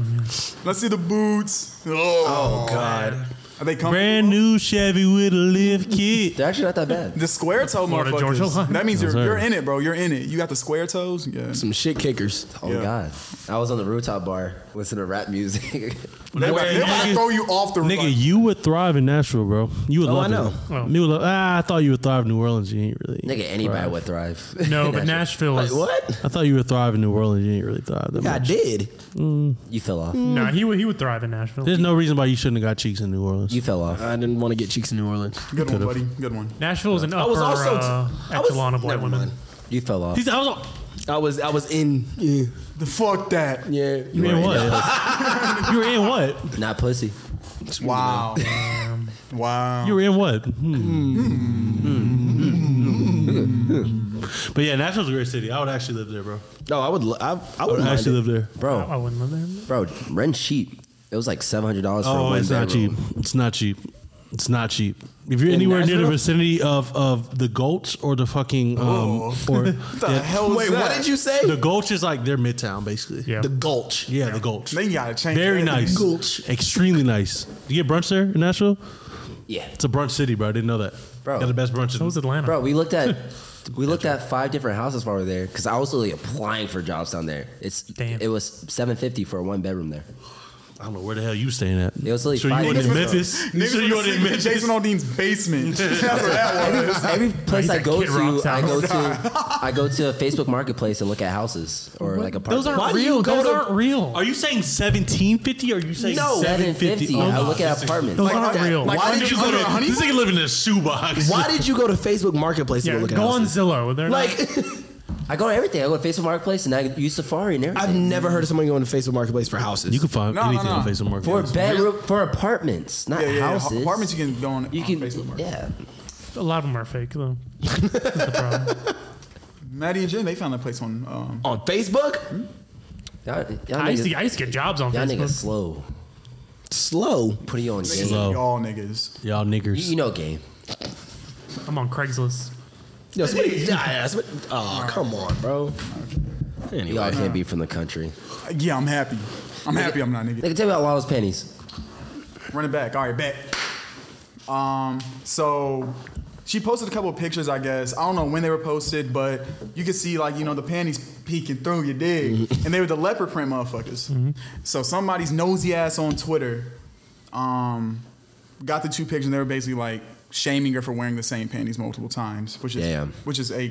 S2: Let's see the boots. Oh,
S4: God.
S2: Are they coming?
S3: Brand new Chevy with a lift kit.
S5: They're actually not that bad.
S2: The square toe
S6: Florida Georgia
S2: motherfuckers.
S6: line.
S2: That means you're,
S3: sir.
S2: you're in it, bro. You're in it. You got the square toes. Yeah.
S4: Some shit kickers.
S5: Oh my
S2: Yeah.
S5: god. I was on the rooftop bar listening to rap music.
S2: They about, they about to
S3: nigga-
S2: throw you off the
S3: Nigga,
S2: like,
S3: you would thrive in Nashville, bro. You would
S4: Oh,
S3: love
S4: I know.
S3: it.
S6: Oh.
S3: You would love, ah, I thought you would thrive in New Orleans. You ain't really.
S5: Nigga, anybody would thrive.
S6: No, but Nashville
S4: Like
S6: is.
S4: what?
S3: I thought you would thrive in New Orleans. You ain't really thrive that
S4: I
S3: much.
S4: did.
S5: You fell off.
S6: Nah, he would he would thrive in Nashville.
S3: There's no reason why you shouldn't have got cheeks in New Orleans.
S5: You fell off.
S4: I didn't want to get cheeks in New Orleans.
S2: Good one, buddy. Good one.
S6: Nashville is an upper
S4: was also-
S6: uh,
S4: I was-
S6: echelon of white
S4: never
S6: women.
S4: mind.
S5: You fell off.
S3: He's, I was on.
S4: I was I was in yeah
S2: The fuck that.
S4: yeah.
S3: You were in what? you were in what?
S5: Not pussy.
S2: Wow. wow.
S3: You were in what? Hmm. Hmm. But yeah, Nashville's a great city. I would actually live there, bro.
S4: No, I would lo- I I
S3: I would
S4: would mind
S3: actually
S4: it.
S3: live there.
S6: I
S5: Bro,
S6: wouldn't live there.
S5: bro, rent cheap. It was like seven hundred dollars for a
S3: Oh,
S5: one
S3: it's not
S5: bedroom.
S3: cheap. It's not cheap. It's not cheap. If you're
S5: In
S3: anywhere near
S5: Nashville?
S3: the vicinity of, of the Gulch or the fucking um or
S2: the
S3: yeah,
S2: hell is
S4: Wait,
S2: that?
S4: what did you say?
S3: the Gulch is like their midtown basically.
S6: Yeah.
S4: The Gulch.
S3: Yeah, the Gulch.
S2: They gotta change.
S3: Very
S2: that.
S3: nice.
S4: Gulch.
S3: Extremely nice. You get brunch there in Nashville?
S5: Yeah.
S3: It's a brunch city, bro. I didn't know that.
S5: Bro.
S3: Got the best brunch.
S6: So was Atlanta.
S5: Bro, we looked at we looked at five different houses while we were there because I was literally applying for jobs down there. It's
S6: Damn.
S5: it was seven fifty for a one bedroom there.
S3: I don't know where the hell you staying at.
S5: It was like
S3: so you
S5: five
S3: went in
S5: minutes
S3: Memphis.
S2: Niggas
S3: So you went
S2: wanna
S3: in
S2: sleep in
S3: Memphis.
S2: Jason Aldean's basement. That's what that was.
S5: Every place I
S6: at
S5: go
S6: Kid Rock's
S5: to, I go
S6: house.
S5: to I go to Facebook Marketplace and look at houses or like apartments.
S6: Those aren't
S3: Why do you
S6: real.
S3: go
S6: Those
S3: to-
S6: aren't real.
S3: Are you saying seventeen fifty? Are you saying
S5: no, seven fifty.
S3: Oh,
S5: I
S3: no.
S5: look at apartments.
S6: Those aren't
S4: that.
S6: real.
S4: Like-
S3: Why
S4: Why
S3: did you go to? This nigga live in a shoebox.
S4: Why did you go to Facebook Marketplace
S6: yeah,
S4: to go look at
S6: go on
S4: houses?
S6: Zillow. They're like,
S4: Like,
S5: I go to everything. I go to Facebook Marketplace and I use Safari and everything.
S4: I've never heard of someone going to Facebook Marketplace for houses.
S3: You can find
S2: No, no,
S3: anything
S2: no.
S3: on Facebook Market.
S5: for bedroom for apartments, not
S2: Yeah, yeah, yeah.
S5: houses.
S2: Apartments you can go on,
S5: You
S2: on
S5: can,
S2: Facebook Market.
S5: yeah.
S6: a lot of them are fake though. That's the problem.
S2: Maddie and Jen, they found a place on. Um,
S4: on Facebook?
S5: Y'all, y'all
S6: I used to
S5: niggas,
S6: I used to get jobs on
S5: y'all niggas
S6: Facebook.
S5: slow.
S4: Slow.
S5: Putting you on game.
S3: Slow. Oh.
S2: Y'all niggas.
S3: y'all niggers.
S5: You, you know game.
S6: I'm on Craigslist.
S4: Yo, somebody, yeah, yeah, somebody, oh, come on, bro.
S5: Y'all
S4: Anyway,
S5: can't be from the country.
S2: Yeah, I'm happy. I'm happy. I'm not a
S5: They
S2: nigga.
S5: can tell me about Lala's panties.
S2: Run it back. All right, back. Um, so she posted a couple of pictures. I guess I don't know when they were posted, but you could see like you know the panties peeking through. You dig? and they were the leopard print motherfuckers. So somebody's nosy ass on Twitter, um, got the two pictures. and They were basically like shaming her for wearing the same panties multiple times, which is
S5: Damn.
S2: which is a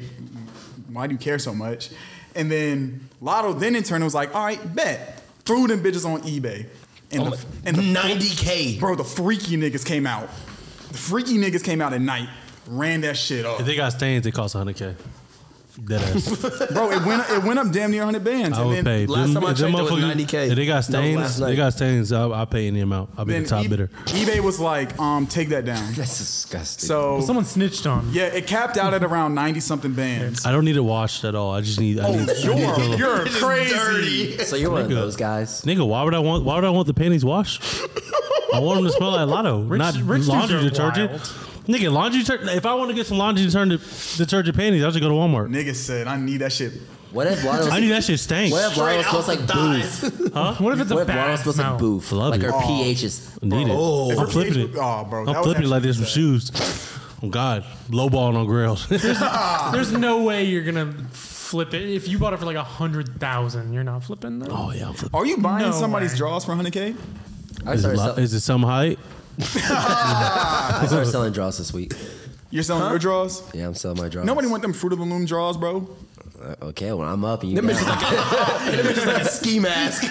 S2: why do you care so much? And then Lotto then in turn was like, all right, bet threw them bitches on eBay. And, the, and the
S4: 90K.
S2: Bro, the freaky niggas came out. The freaky niggas came out at night, ran that shit up.
S3: if they got stains, it costs hundred k. Dead ass.
S2: Bro, it went it went up damn near 100 bands.
S3: I
S2: and
S3: would
S2: then,
S3: pay.
S4: last time I
S3: if
S4: checked, it was
S3: motherfuckers-
S4: 90K.
S3: If they got
S4: That was last
S3: stains, they
S4: night.
S3: got stains. I I pay any amount. I'll be
S2: then
S3: the top
S2: E-
S3: bidder.
S2: eBay was like, um, take that down.
S5: That's disgusting.
S2: So
S6: Someone snitched on. me.
S2: yeah, it capped out at around 90 something bands.
S3: I don't need it washed at all. I just need. I need, I need the
S2: You're,
S3: little-
S2: you're crazy.
S5: so you're one of those guys.
S3: Nigga, why would I want? Why would I want the panties washed? I want them to smell like Lotto, not
S6: Rich dudes
S3: laundry
S6: are
S3: detergent.
S6: wild.
S3: Nigga, laundry detergent. If I want to get some laundry detergent, detergent panties, I should go to Walmart.
S2: Niggas said, I need that shit.
S5: What if Lotto?
S3: I knew that shit stank.
S5: What if Lotto smells like booth?
S6: What if it's a
S5: What if Lotto
S6: bad
S5: smells like
S6: smell?
S5: booth?
S3: Love
S5: Like
S3: it. Oh.
S5: her pH is.
S3: Need it.
S2: If
S3: I'm
S2: her
S3: flipping
S2: page-
S3: it.
S2: Oh, bro. that
S3: I'm
S2: was
S3: flipping it like
S2: actually
S3: there's some
S2: sad.
S3: shoes. Oh God, lowballing on grills.
S6: There's no way you're gonna flip it. If you bought it for like a hundred thousand, you're not flipping that.
S3: oh yeah, I'm flipping.
S2: Are you buying
S6: No
S2: somebody's
S6: way.
S2: draws for 100K?
S5: I
S3: Is it,
S5: started,
S3: lo-
S5: sell-
S3: is it some height?
S5: I started selling draws this week.
S2: You're selling your draws?
S5: Yeah, I'm selling my draws.
S2: Nobody want them Fruit of the Loom draws, bro.
S5: Uh, Okay, well I'm up and you.
S4: That bitch
S5: Down.
S4: is like a, that bitch is like a ski mask.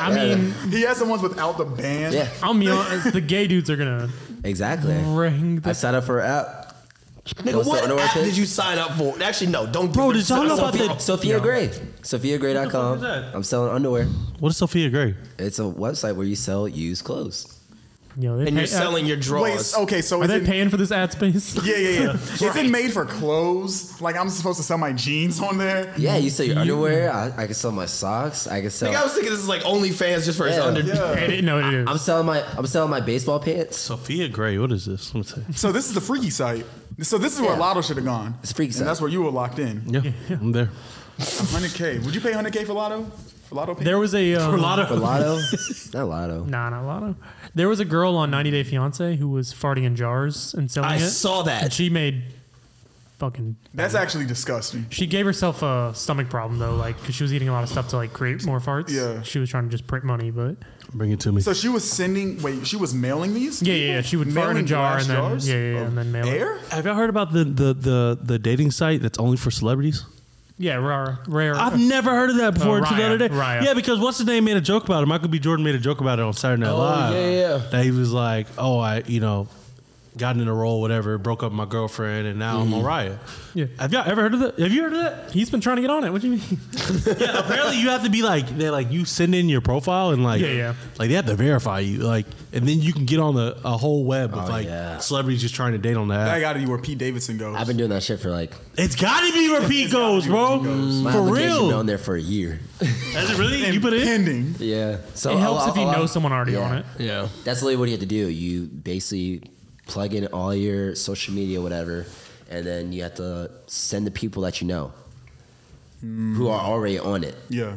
S6: I mean,
S2: He has the ones without the band.
S5: yeah,
S6: I'll be honest. The gay dudes are gonna
S5: exactly.
S6: ring
S5: I
S6: the.
S5: signed up for an app.
S4: Nigga,
S5: What's the
S4: what
S5: underwear
S4: app
S5: thing?
S4: did you sign up for? Actually, no, don't.
S3: Bro, did y'all know about
S4: Sophia-
S3: the-
S5: Sophia
S6: Yeah.
S5: Gray.
S3: What
S5: SophiaGray.com.
S3: the fuck is that?
S5: I'm selling underwear.
S3: What is Sophia Gray?
S5: It's a website where you sell used clothes.
S6: Yo, they
S4: And
S6: pay- uh,
S4: you're selling your
S2: Wait,
S4: drawers.
S2: okay, so
S6: Are
S2: is
S6: they
S2: it-
S6: paying for this ad space?
S2: Yeah, yeah, yeah. Is it made for clothes? Like I'm supposed to sell my jeans on there?
S5: Yeah, you sell your underwear. I, I can sell my socks. I can sell.
S4: Nigga, I was thinking this is like OnlyFans just for his
S5: Yeah.
S4: under.
S6: I
S2: Yeah.
S6: didn't know it is.
S5: I'm selling my I'm selling my baseball pants.
S3: Sophia Gray. What is this? Let me see.
S2: So this is the freaky site. So this is where
S5: Yeah.
S2: Lotto should have gone.
S5: It's a freaky
S2: and
S5: site.
S2: That's where you were locked in.
S3: Yeah, I'm there.
S2: 100k. Would you pay 100k for Lotto? For Lotto? pay-
S6: There was a um,
S5: For Lotto, not Lotto.
S6: Nah, not Lotto. There was a girl on 90 Day Fiance who was farting in jars and selling
S4: I
S6: it.
S4: saw
S6: And
S4: that.
S6: she made fucking.
S2: That's actually disgusting.
S6: She gave herself a stomach problem though, like because she was eating a lot of stuff to like create more farts.
S2: Yeah.
S6: She was trying to just print money, but
S3: Bring it to me.
S2: So she was sending. Wait, she was mailing these?
S6: Yeah, yeah, yeah. She would fart in a
S2: Mailing
S6: jar
S2: glass
S6: and then-
S2: jars
S6: yeah, yeah, yeah,
S2: of
S6: and then mail it.
S2: air?
S3: Have y'all heard about the, the the the dating site that's only for celebrities?
S6: yeah, rare, rare.
S3: I've never heard of that before
S6: Oh,
S3: until the
S6: Raya,
S3: other day.
S6: Raya.
S3: Yeah, because what's his name made a joke about it. Michael B. Jordan made a joke about it on Saturday Night Live.
S4: yeah, yeah.
S3: That he was like, "Oh, I, you know, gotten in a role, whatever, broke up with my girlfriend, and now I'm on Raya."
S6: Yeah.
S3: Have y'all ever heard of that? Have you heard of that?
S6: He's been trying to get on it. What do you mean?
S3: yeah. Apparently, you have to be like, they like you send in your profile and like,
S6: Yeah, yeah.
S3: like they have to verify you, like, and then you can get on the a whole web of like
S5: yeah.
S3: celebrities just trying to date on the app.
S2: That got to be where Pete Davidson goes.
S5: I've been doing that shit for like
S3: It's got to be repeat goes, bro.
S5: my
S3: For
S5: application been
S3: real?
S5: on there for a year.
S3: Has it really? You put it in?
S2: pending.
S5: Yeah, so
S6: It helps if you know
S5: I'll-
S6: someone already
S5: yeah.
S6: on it.
S4: Yeah.
S5: That's literally what you have to do. You basically plug in all your social media, whatever, and then you have to send the people that you know who are already on it.
S2: Yeah.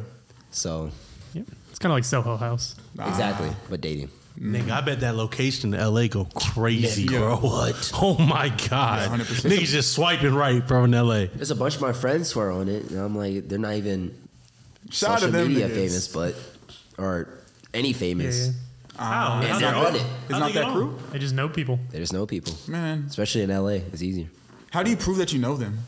S5: So
S6: Yep. It's kind of like Soho House.
S2: Ah.
S5: exactly, but dating.
S3: Nigga, I bet that location in LA go crazy,
S2: Yeah.
S3: bro.
S5: What?
S3: Oh my god,
S2: 100%.
S3: niggas just swiping right, bro, in LA.
S5: There's a bunch of my friends who are on it, and I'm like, they're not even
S2: Shout out to
S5: social
S2: them
S5: media
S2: niggas.
S5: famous, but or any famous.
S6: Yeah,
S2: Ah,
S5: And they're on it.
S2: It's not that crew,
S6: I just know people.
S5: They just know people,
S2: man.
S5: especially in LA. It's easier.
S2: How do you prove that you know them?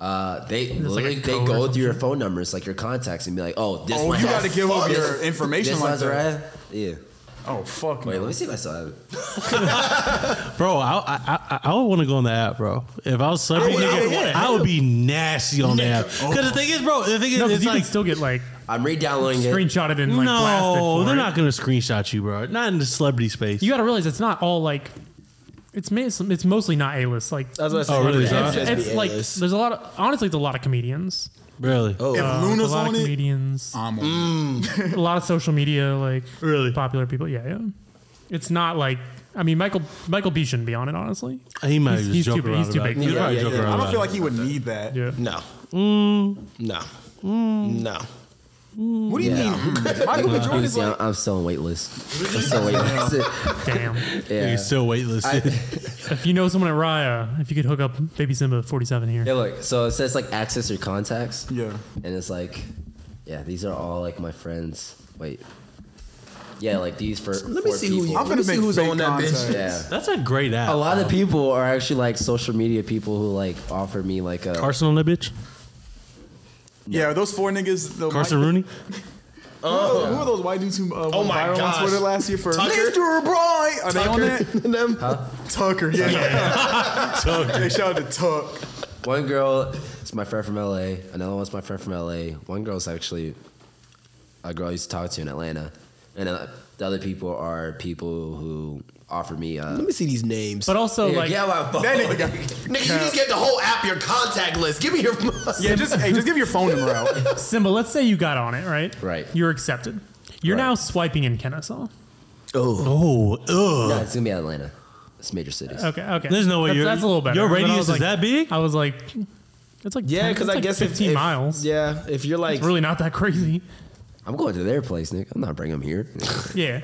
S5: Uh, they
S6: like a
S5: literally they
S6: code or
S5: go
S6: something.
S5: through your phone numbers, like your contacts, and be like, "Oh, this
S2: Oh,
S5: one
S2: you
S5: has-
S2: gotta give up
S5: this-
S2: your information
S5: this
S2: like
S5: one's
S2: that.
S5: right. Yeah.
S2: Oh fuck.
S5: Wait,
S2: no.
S5: let me see if I saw it.
S3: Bro, I I, I, I would want to go on the app, bro. If I was a celebrity,
S2: I would-
S3: nigga,
S2: I would.
S3: I would be nasty on the app. Because the thing is, bro, the thing is,
S6: No, because
S3: it's
S6: you
S3: like
S6: can still get like
S5: I'm re-downloading it.
S6: screenshotted and like blasted.
S3: no,
S6: for
S3: they're
S6: it.
S3: not gonna screenshot you, bro. Not in the celebrity space.
S6: You got to realize it's not all like it's ma- it's, it's mostly not A list. Like
S4: That's what I said.
S3: Oh, really?
S6: it's,
S3: It's-
S4: It's-
S6: it's like
S4: it's-
S6: there's a lot of honestly it's a lot of comedians.
S3: really? Oh,
S2: If
S6: Uh,
S2: Luna's
S6: a lot
S2: on
S6: of
S2: it,
S6: comedians,
S2: I'm
S4: Mm,
S2: on.
S6: a lot of social media, like
S3: Really?
S6: popular people. Yeah, yeah. It's not like I mean Michael Michael B shouldn't be on it honestly.
S3: he might
S6: he's-
S3: just
S6: he's
S3: joke
S6: too-
S3: around
S6: he's too
S3: about it.
S6: big.
S3: He's
S4: Yeah,
S3: probably
S4: yeah,
S3: joking
S4: yeah.
S3: around
S2: I don't
S3: about
S2: feel
S3: it.
S2: like he would need that.
S6: Yeah,
S4: No. No. No.
S2: What do you mean? mm? Michael B. Jordan is
S5: See, I'm,
S2: like,
S5: I'm still on waitlist. I'm still on waitlist.
S6: damn.
S5: yeah.
S3: He's still waitlisted.
S6: if you know someone at Raya, if you could hook up Baby Simba 47 here,
S5: Yeah, look. So it says like access your contacts.
S2: yeah.
S5: and it's like, yeah, these are all like my friends. Wait, yeah, like these for.
S4: Let me
S5: four
S4: see
S5: people.
S4: who you.
S2: I'm
S4: let me
S2: gonna
S4: see
S2: make
S4: who's
S2: fake
S4: on that
S2: contacts.
S4: bitch.
S5: Yeah,
S3: That's a great app.
S5: a lot of people are actually like social media people who like offer me like a.
S3: Carson on that bitch.
S2: Yeah, those four niggas. The
S3: Carson
S2: white,
S3: Rooney.
S2: Who, are those, who are those white dudes who uh, went
S4: Oh my
S2: viral
S4: gosh.
S2: on Twitter last year for
S4: Tucker?
S2: Mr. O'Brien? Are they on that?
S4: Tucker and them.
S2: Tucker, yeah. they shout out to Tuck.
S5: One girl is my friend from LA. Another one's my friend from LA. One girl's actually a girl I used to talk to in Atlanta, and uh, the other people are people who offer me. Uh,
S4: Let me see these names.
S6: but also
S5: yeah,
S6: like
S5: get out my phone.
S2: That nigga got.
S4: Nigga, you just get the whole app, your contact list. Give me your.
S2: Yeah, just hey, just give your phone number out.
S6: Simba, let's say you got on it, right?
S5: Right.
S6: You're accepted. You're
S5: Right.
S6: now swiping in Kennesaw.
S4: Oh.
S3: Oh, ugh.
S5: No, it's gonna be Atlanta. It's major cities.
S6: Okay, okay.
S3: There's no way
S6: that's,
S3: you're-
S6: that's a little better.
S3: your
S6: But I
S3: radius
S6: was
S3: is that big?
S6: I was like, it's like
S4: Yeah,
S6: 10
S4: because
S6: it's
S4: I
S6: like
S4: guess if-
S6: 15
S4: if,
S6: miles.
S4: Yeah, if you're like
S6: It's really not that crazy.
S5: I'm going to their place, Nick. I'm not bringing them here.
S6: Yeah,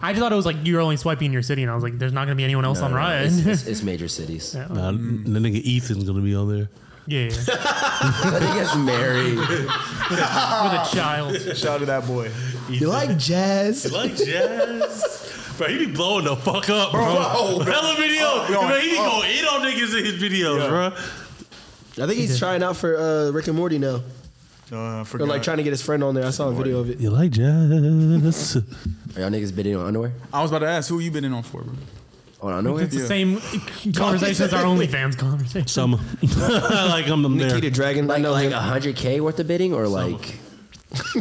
S6: I just thought it was like you're only swiping in your city, and I was like, there's not gonna be anyone else on Ryan.
S5: It's, it's, it's major cities.
S6: Yeah.
S3: Nah, the nigga Ethan's gonna be on there.
S6: yeah, yeah. with
S5: I think it's married.
S2: Oh.
S6: a child.
S2: Shout out to that boy.
S4: you like jazz.
S3: Like jazz. Bro, he be blowing the fuck up, bro.
S4: Bro, bro.
S3: Hella video.
S2: no,
S3: bro, he be going in on niggas in his videos, bro.
S4: I think he's trying out for uh, Rick and Morty now.
S2: Uh, I
S4: Or
S2: forgot.
S4: like trying to get his friend on there. I saw a video of it.
S3: You like jazz?
S5: Are y'all niggas bidding on underwear?
S2: I was about to ask who you been in on for, bro.
S5: On underwear?
S6: It's the same conversation as our OnlyFans conversation.
S3: Some like I'm, I'm there.
S4: Nikita Dragon. I
S5: Like,
S4: know
S5: like
S4: him.
S5: 100K worth of bidding or like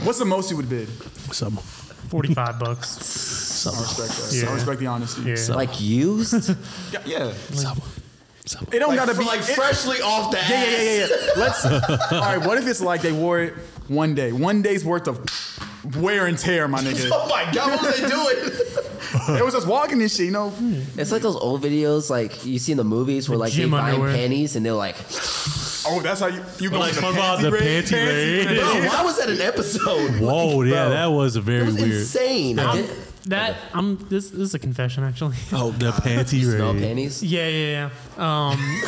S2: What's the most you would bid?
S3: Some.
S6: 45 bucks.
S2: I respect that.
S6: Yeah.
S2: I respect the honesty.
S6: Yeah.
S5: like used?
S2: Yeah. yeah.
S3: Some.
S2: It don't
S4: Like,
S2: gotta be
S4: like
S2: it-
S4: freshly off the
S2: Yeah, yeah, yeah, yeah, yeah. Let's. all right. What if it's like they wore it one day, one day's worth of wear and tear, my nigga.
S4: Oh my god, what was they doing?
S2: it was just walking this shit, you know.
S5: it's like those old videos like you see in the movies where like they
S6: gym
S5: find
S6: underwear.
S5: panties and they're like,
S2: Oh, that's how you you go
S3: Like,
S2: in the
S3: what about
S2: panty
S3: the
S2: raid?
S3: panty raid?
S4: Bro, why was that an episode?
S3: Whoa, yeah,
S4: Bro.
S3: that was a
S4: It
S3: very
S4: was
S3: weird.
S4: insane.
S5: I
S4: I
S5: did
S6: That I'm. This, this is a confession, actually.
S3: Oh, the panty
S5: smell
S3: raid.
S5: panties?
S6: Yeah, yeah, yeah. Um,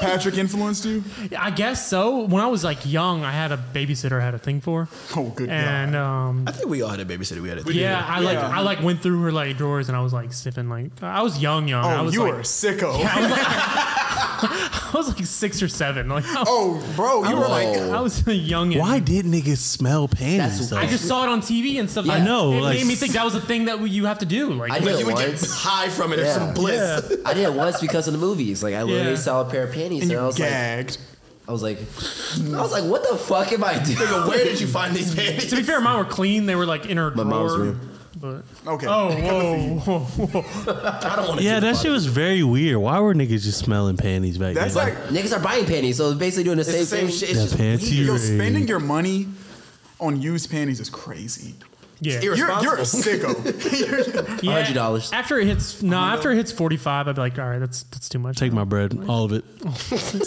S2: Patrick influenced you.
S6: I guess so. When I was like young, I had a babysitter I had a thing for,
S2: Oh, good
S6: and um,
S4: think we all had a babysitter. We had a
S6: yeah, I like
S2: Yeah.
S6: I like went through her like drawers and I was like sniffing like I was young, young. I
S2: God. Oh,
S6: was
S2: you
S6: like,
S2: are a sicko.
S6: I was like six or seven. Like I was,
S2: Oh, bro, you were like.
S4: Oh,
S6: I was young.
S3: Why did niggas smell panties? though?
S6: I just saw it on TV and stuff.
S5: Yeah.
S6: like-
S5: I
S3: know,
S6: It
S3: like-
S6: made me think that was a thing that you have to do. Like,
S5: I did
S4: You
S5: it
S4: would get
S5: once.
S4: high from it. There's
S5: Yeah.
S4: some bliss.
S5: I did it once because of the movies. Like I literally
S6: Yeah.
S5: saw a pair of panties and,
S2: And you
S5: I was
S2: gagged.
S5: like I was like I was like, what the fuck am I
S4: Nigga,
S5: doing?
S4: where did you find these panties?
S6: to be fair, mine were clean. They were like in her
S5: My
S6: drawer.
S5: mom's room.
S6: But
S2: Okay.
S6: oh whoa, whoa, whoa.
S4: I don't want to.
S3: yeah, that shit was very weird. Why were niggas just smelling panties back
S2: That's
S3: then?
S2: like
S5: Niggas are buying panties, so it's basically doing the
S4: It's
S5: same,
S4: the same
S5: thing.
S4: shit.
S3: the
S4: It's just
S3: panty
S2: yo,
S3: raid.
S2: spending your money on used panties is crazy.
S6: Yeah.
S2: You're, you're a
S4: Irresponsible.
S2: sicko. You're-
S5: $100.
S6: After it hits, no, after it hits 45, I'd be like, all right, that's that's too much.
S3: Take my bread, all of it.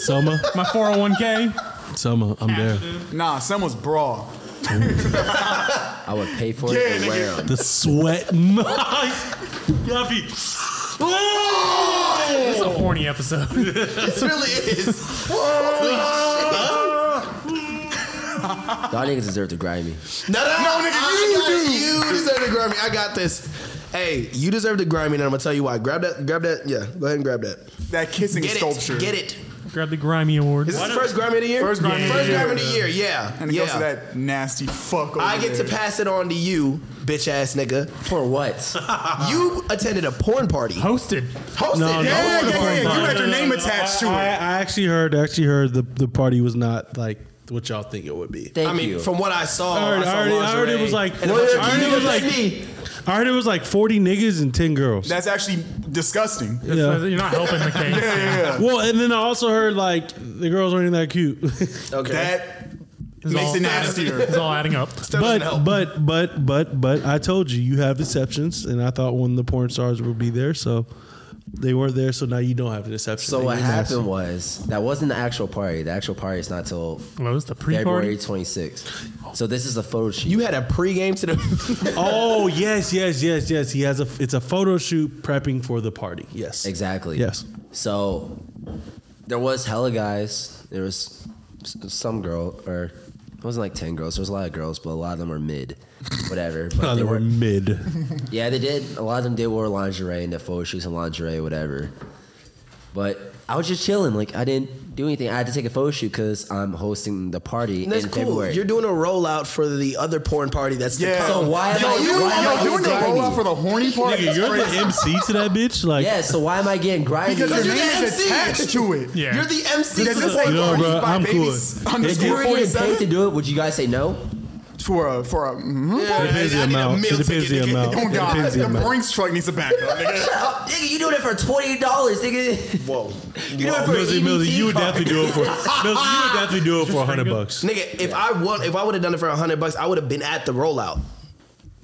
S3: Selma,
S6: my 401k.
S3: Selma, I'm there.
S2: nah, someone's bra.
S5: I would pay for it and wear them.
S3: The sweat. Yuffie.
S6: It's a horny episode.
S5: Y'all niggas deserve to grind me.
S4: No, no, no,
S2: nigga,
S4: I got, you deserve to grind me. I got this. Hey, you deserve to grind me, and I'm gonna tell you why. Grab that, grab that. Yeah, go ahead and grab that.
S2: That kissing
S4: Get
S2: sculpture.
S4: it, get it.
S6: Grab the grimy award.
S4: Is this the first Grammy of the year?
S2: First Grammy of the
S4: First
S2: year.
S4: Grammy of the year. Yeah,
S2: And it
S4: yeah.
S2: goes to that nasty fuck over
S4: I get to
S2: there.
S4: pass it on to you, bitch ass nigga.
S5: For what?
S4: You attended a porn party.
S6: Hosted.
S4: Hosted.
S3: No, no,
S4: it.
S2: Yeah, yeah,
S3: Porn
S2: yeah,
S3: party.
S2: You had your name attached to
S3: I,
S2: it.
S3: I actually heard. Actually heard the the party was not like what y'all think it would be.
S5: Thank
S4: I mean,
S5: you.
S4: from what I saw,
S3: I heard,
S4: saw
S3: I heard, I heard it
S4: lingerie
S3: was like I
S4: and a bunch of
S3: heard it was
S4: niggas
S3: like
S4: me.
S3: I heard it was like forty niggas and ten girls.
S2: That's actually disgusting. Yeah,
S3: Yeah.
S6: You're not helping the case.
S2: yeah.
S3: Well, and then I also heard like the girls aren't even that cute.
S4: Okay.
S2: That
S6: It's
S2: makes
S6: all-
S2: it nastier.
S6: It's all adding up.
S4: Still doesn't
S3: but
S4: help.
S3: but but but but I told you you have exceptions, and I thought one of the porn stars would be there, so they were there. So now you don't have an exception.
S5: so
S3: Now
S5: what
S3: you're nasty.
S5: happened was that wasn't the actual party. The actual party is not till
S6: Well, it was the
S5: February
S6: pre-party.
S5: 26th. So this is a photo shoot.
S4: You had a pregame to the.
S3: Oh yes, yes, yes, yes. He has a. It's a photo shoot prepping for the party. Yes.
S5: exactly.
S3: Yes.
S5: So there was hella guys. There was s- some girl, or it wasn't like ten girls. There was a lot of girls, but a lot of them were mid, whatever. But
S3: Oh, they were mid.
S5: Yeah, they did. A lot of them did wear lingerie and the photo shoots and lingerie, whatever. But I was just chilling. Like I didn't do anything. I had to take a photo shoot because I'm hosting the party
S4: That's
S5: in
S4: cool.
S5: February.
S4: You're doing a rollout for the other porn party. That's
S2: Yeah.
S4: To come.
S5: so why am
S2: Yo,
S5: I?
S2: you,
S5: why am I
S2: yo, doing the
S5: getting grimy?
S2: rollout for the horny part?
S3: Nigga,
S2: is
S3: you're
S2: crazy.
S3: the MC to that bitch. Like,
S5: Yeah. So why am I getting grimy?
S2: Because your
S4: you're the
S2: name is
S4: MC.
S2: attached to it.
S6: Yeah.
S4: You're the MC.
S2: Does this say
S3: You know,
S2: party
S3: bro,
S2: by
S3: I'm
S2: baby
S3: cool.
S2: s-
S3: They
S5: if you
S2: underscore
S5: were getting paid to
S2: 47?
S5: do it, would you guys say no?
S2: For a for a mhm.
S3: it depends the
S4: I need a
S3: amount.
S4: meal
S3: It depends the
S4: ticket, nigga.
S3: amount.
S2: Oh
S3: It
S2: god,
S3: depends the
S2: the
S3: amount.
S2: Brinks truck needs a backup. nigga.
S5: Oh, nigga, you doing it for twenty dollars, nigga?
S4: Whoa.
S5: You doing it for
S3: Millsy,
S5: an
S3: Millsy,
S5: EBT
S3: you would
S5: card.
S3: definitely do it for. Millsy, you would definitely do it for hundred bucks.
S4: Nigga, if I want, if I would have done it for hundred bucks, I would have been at the rollout.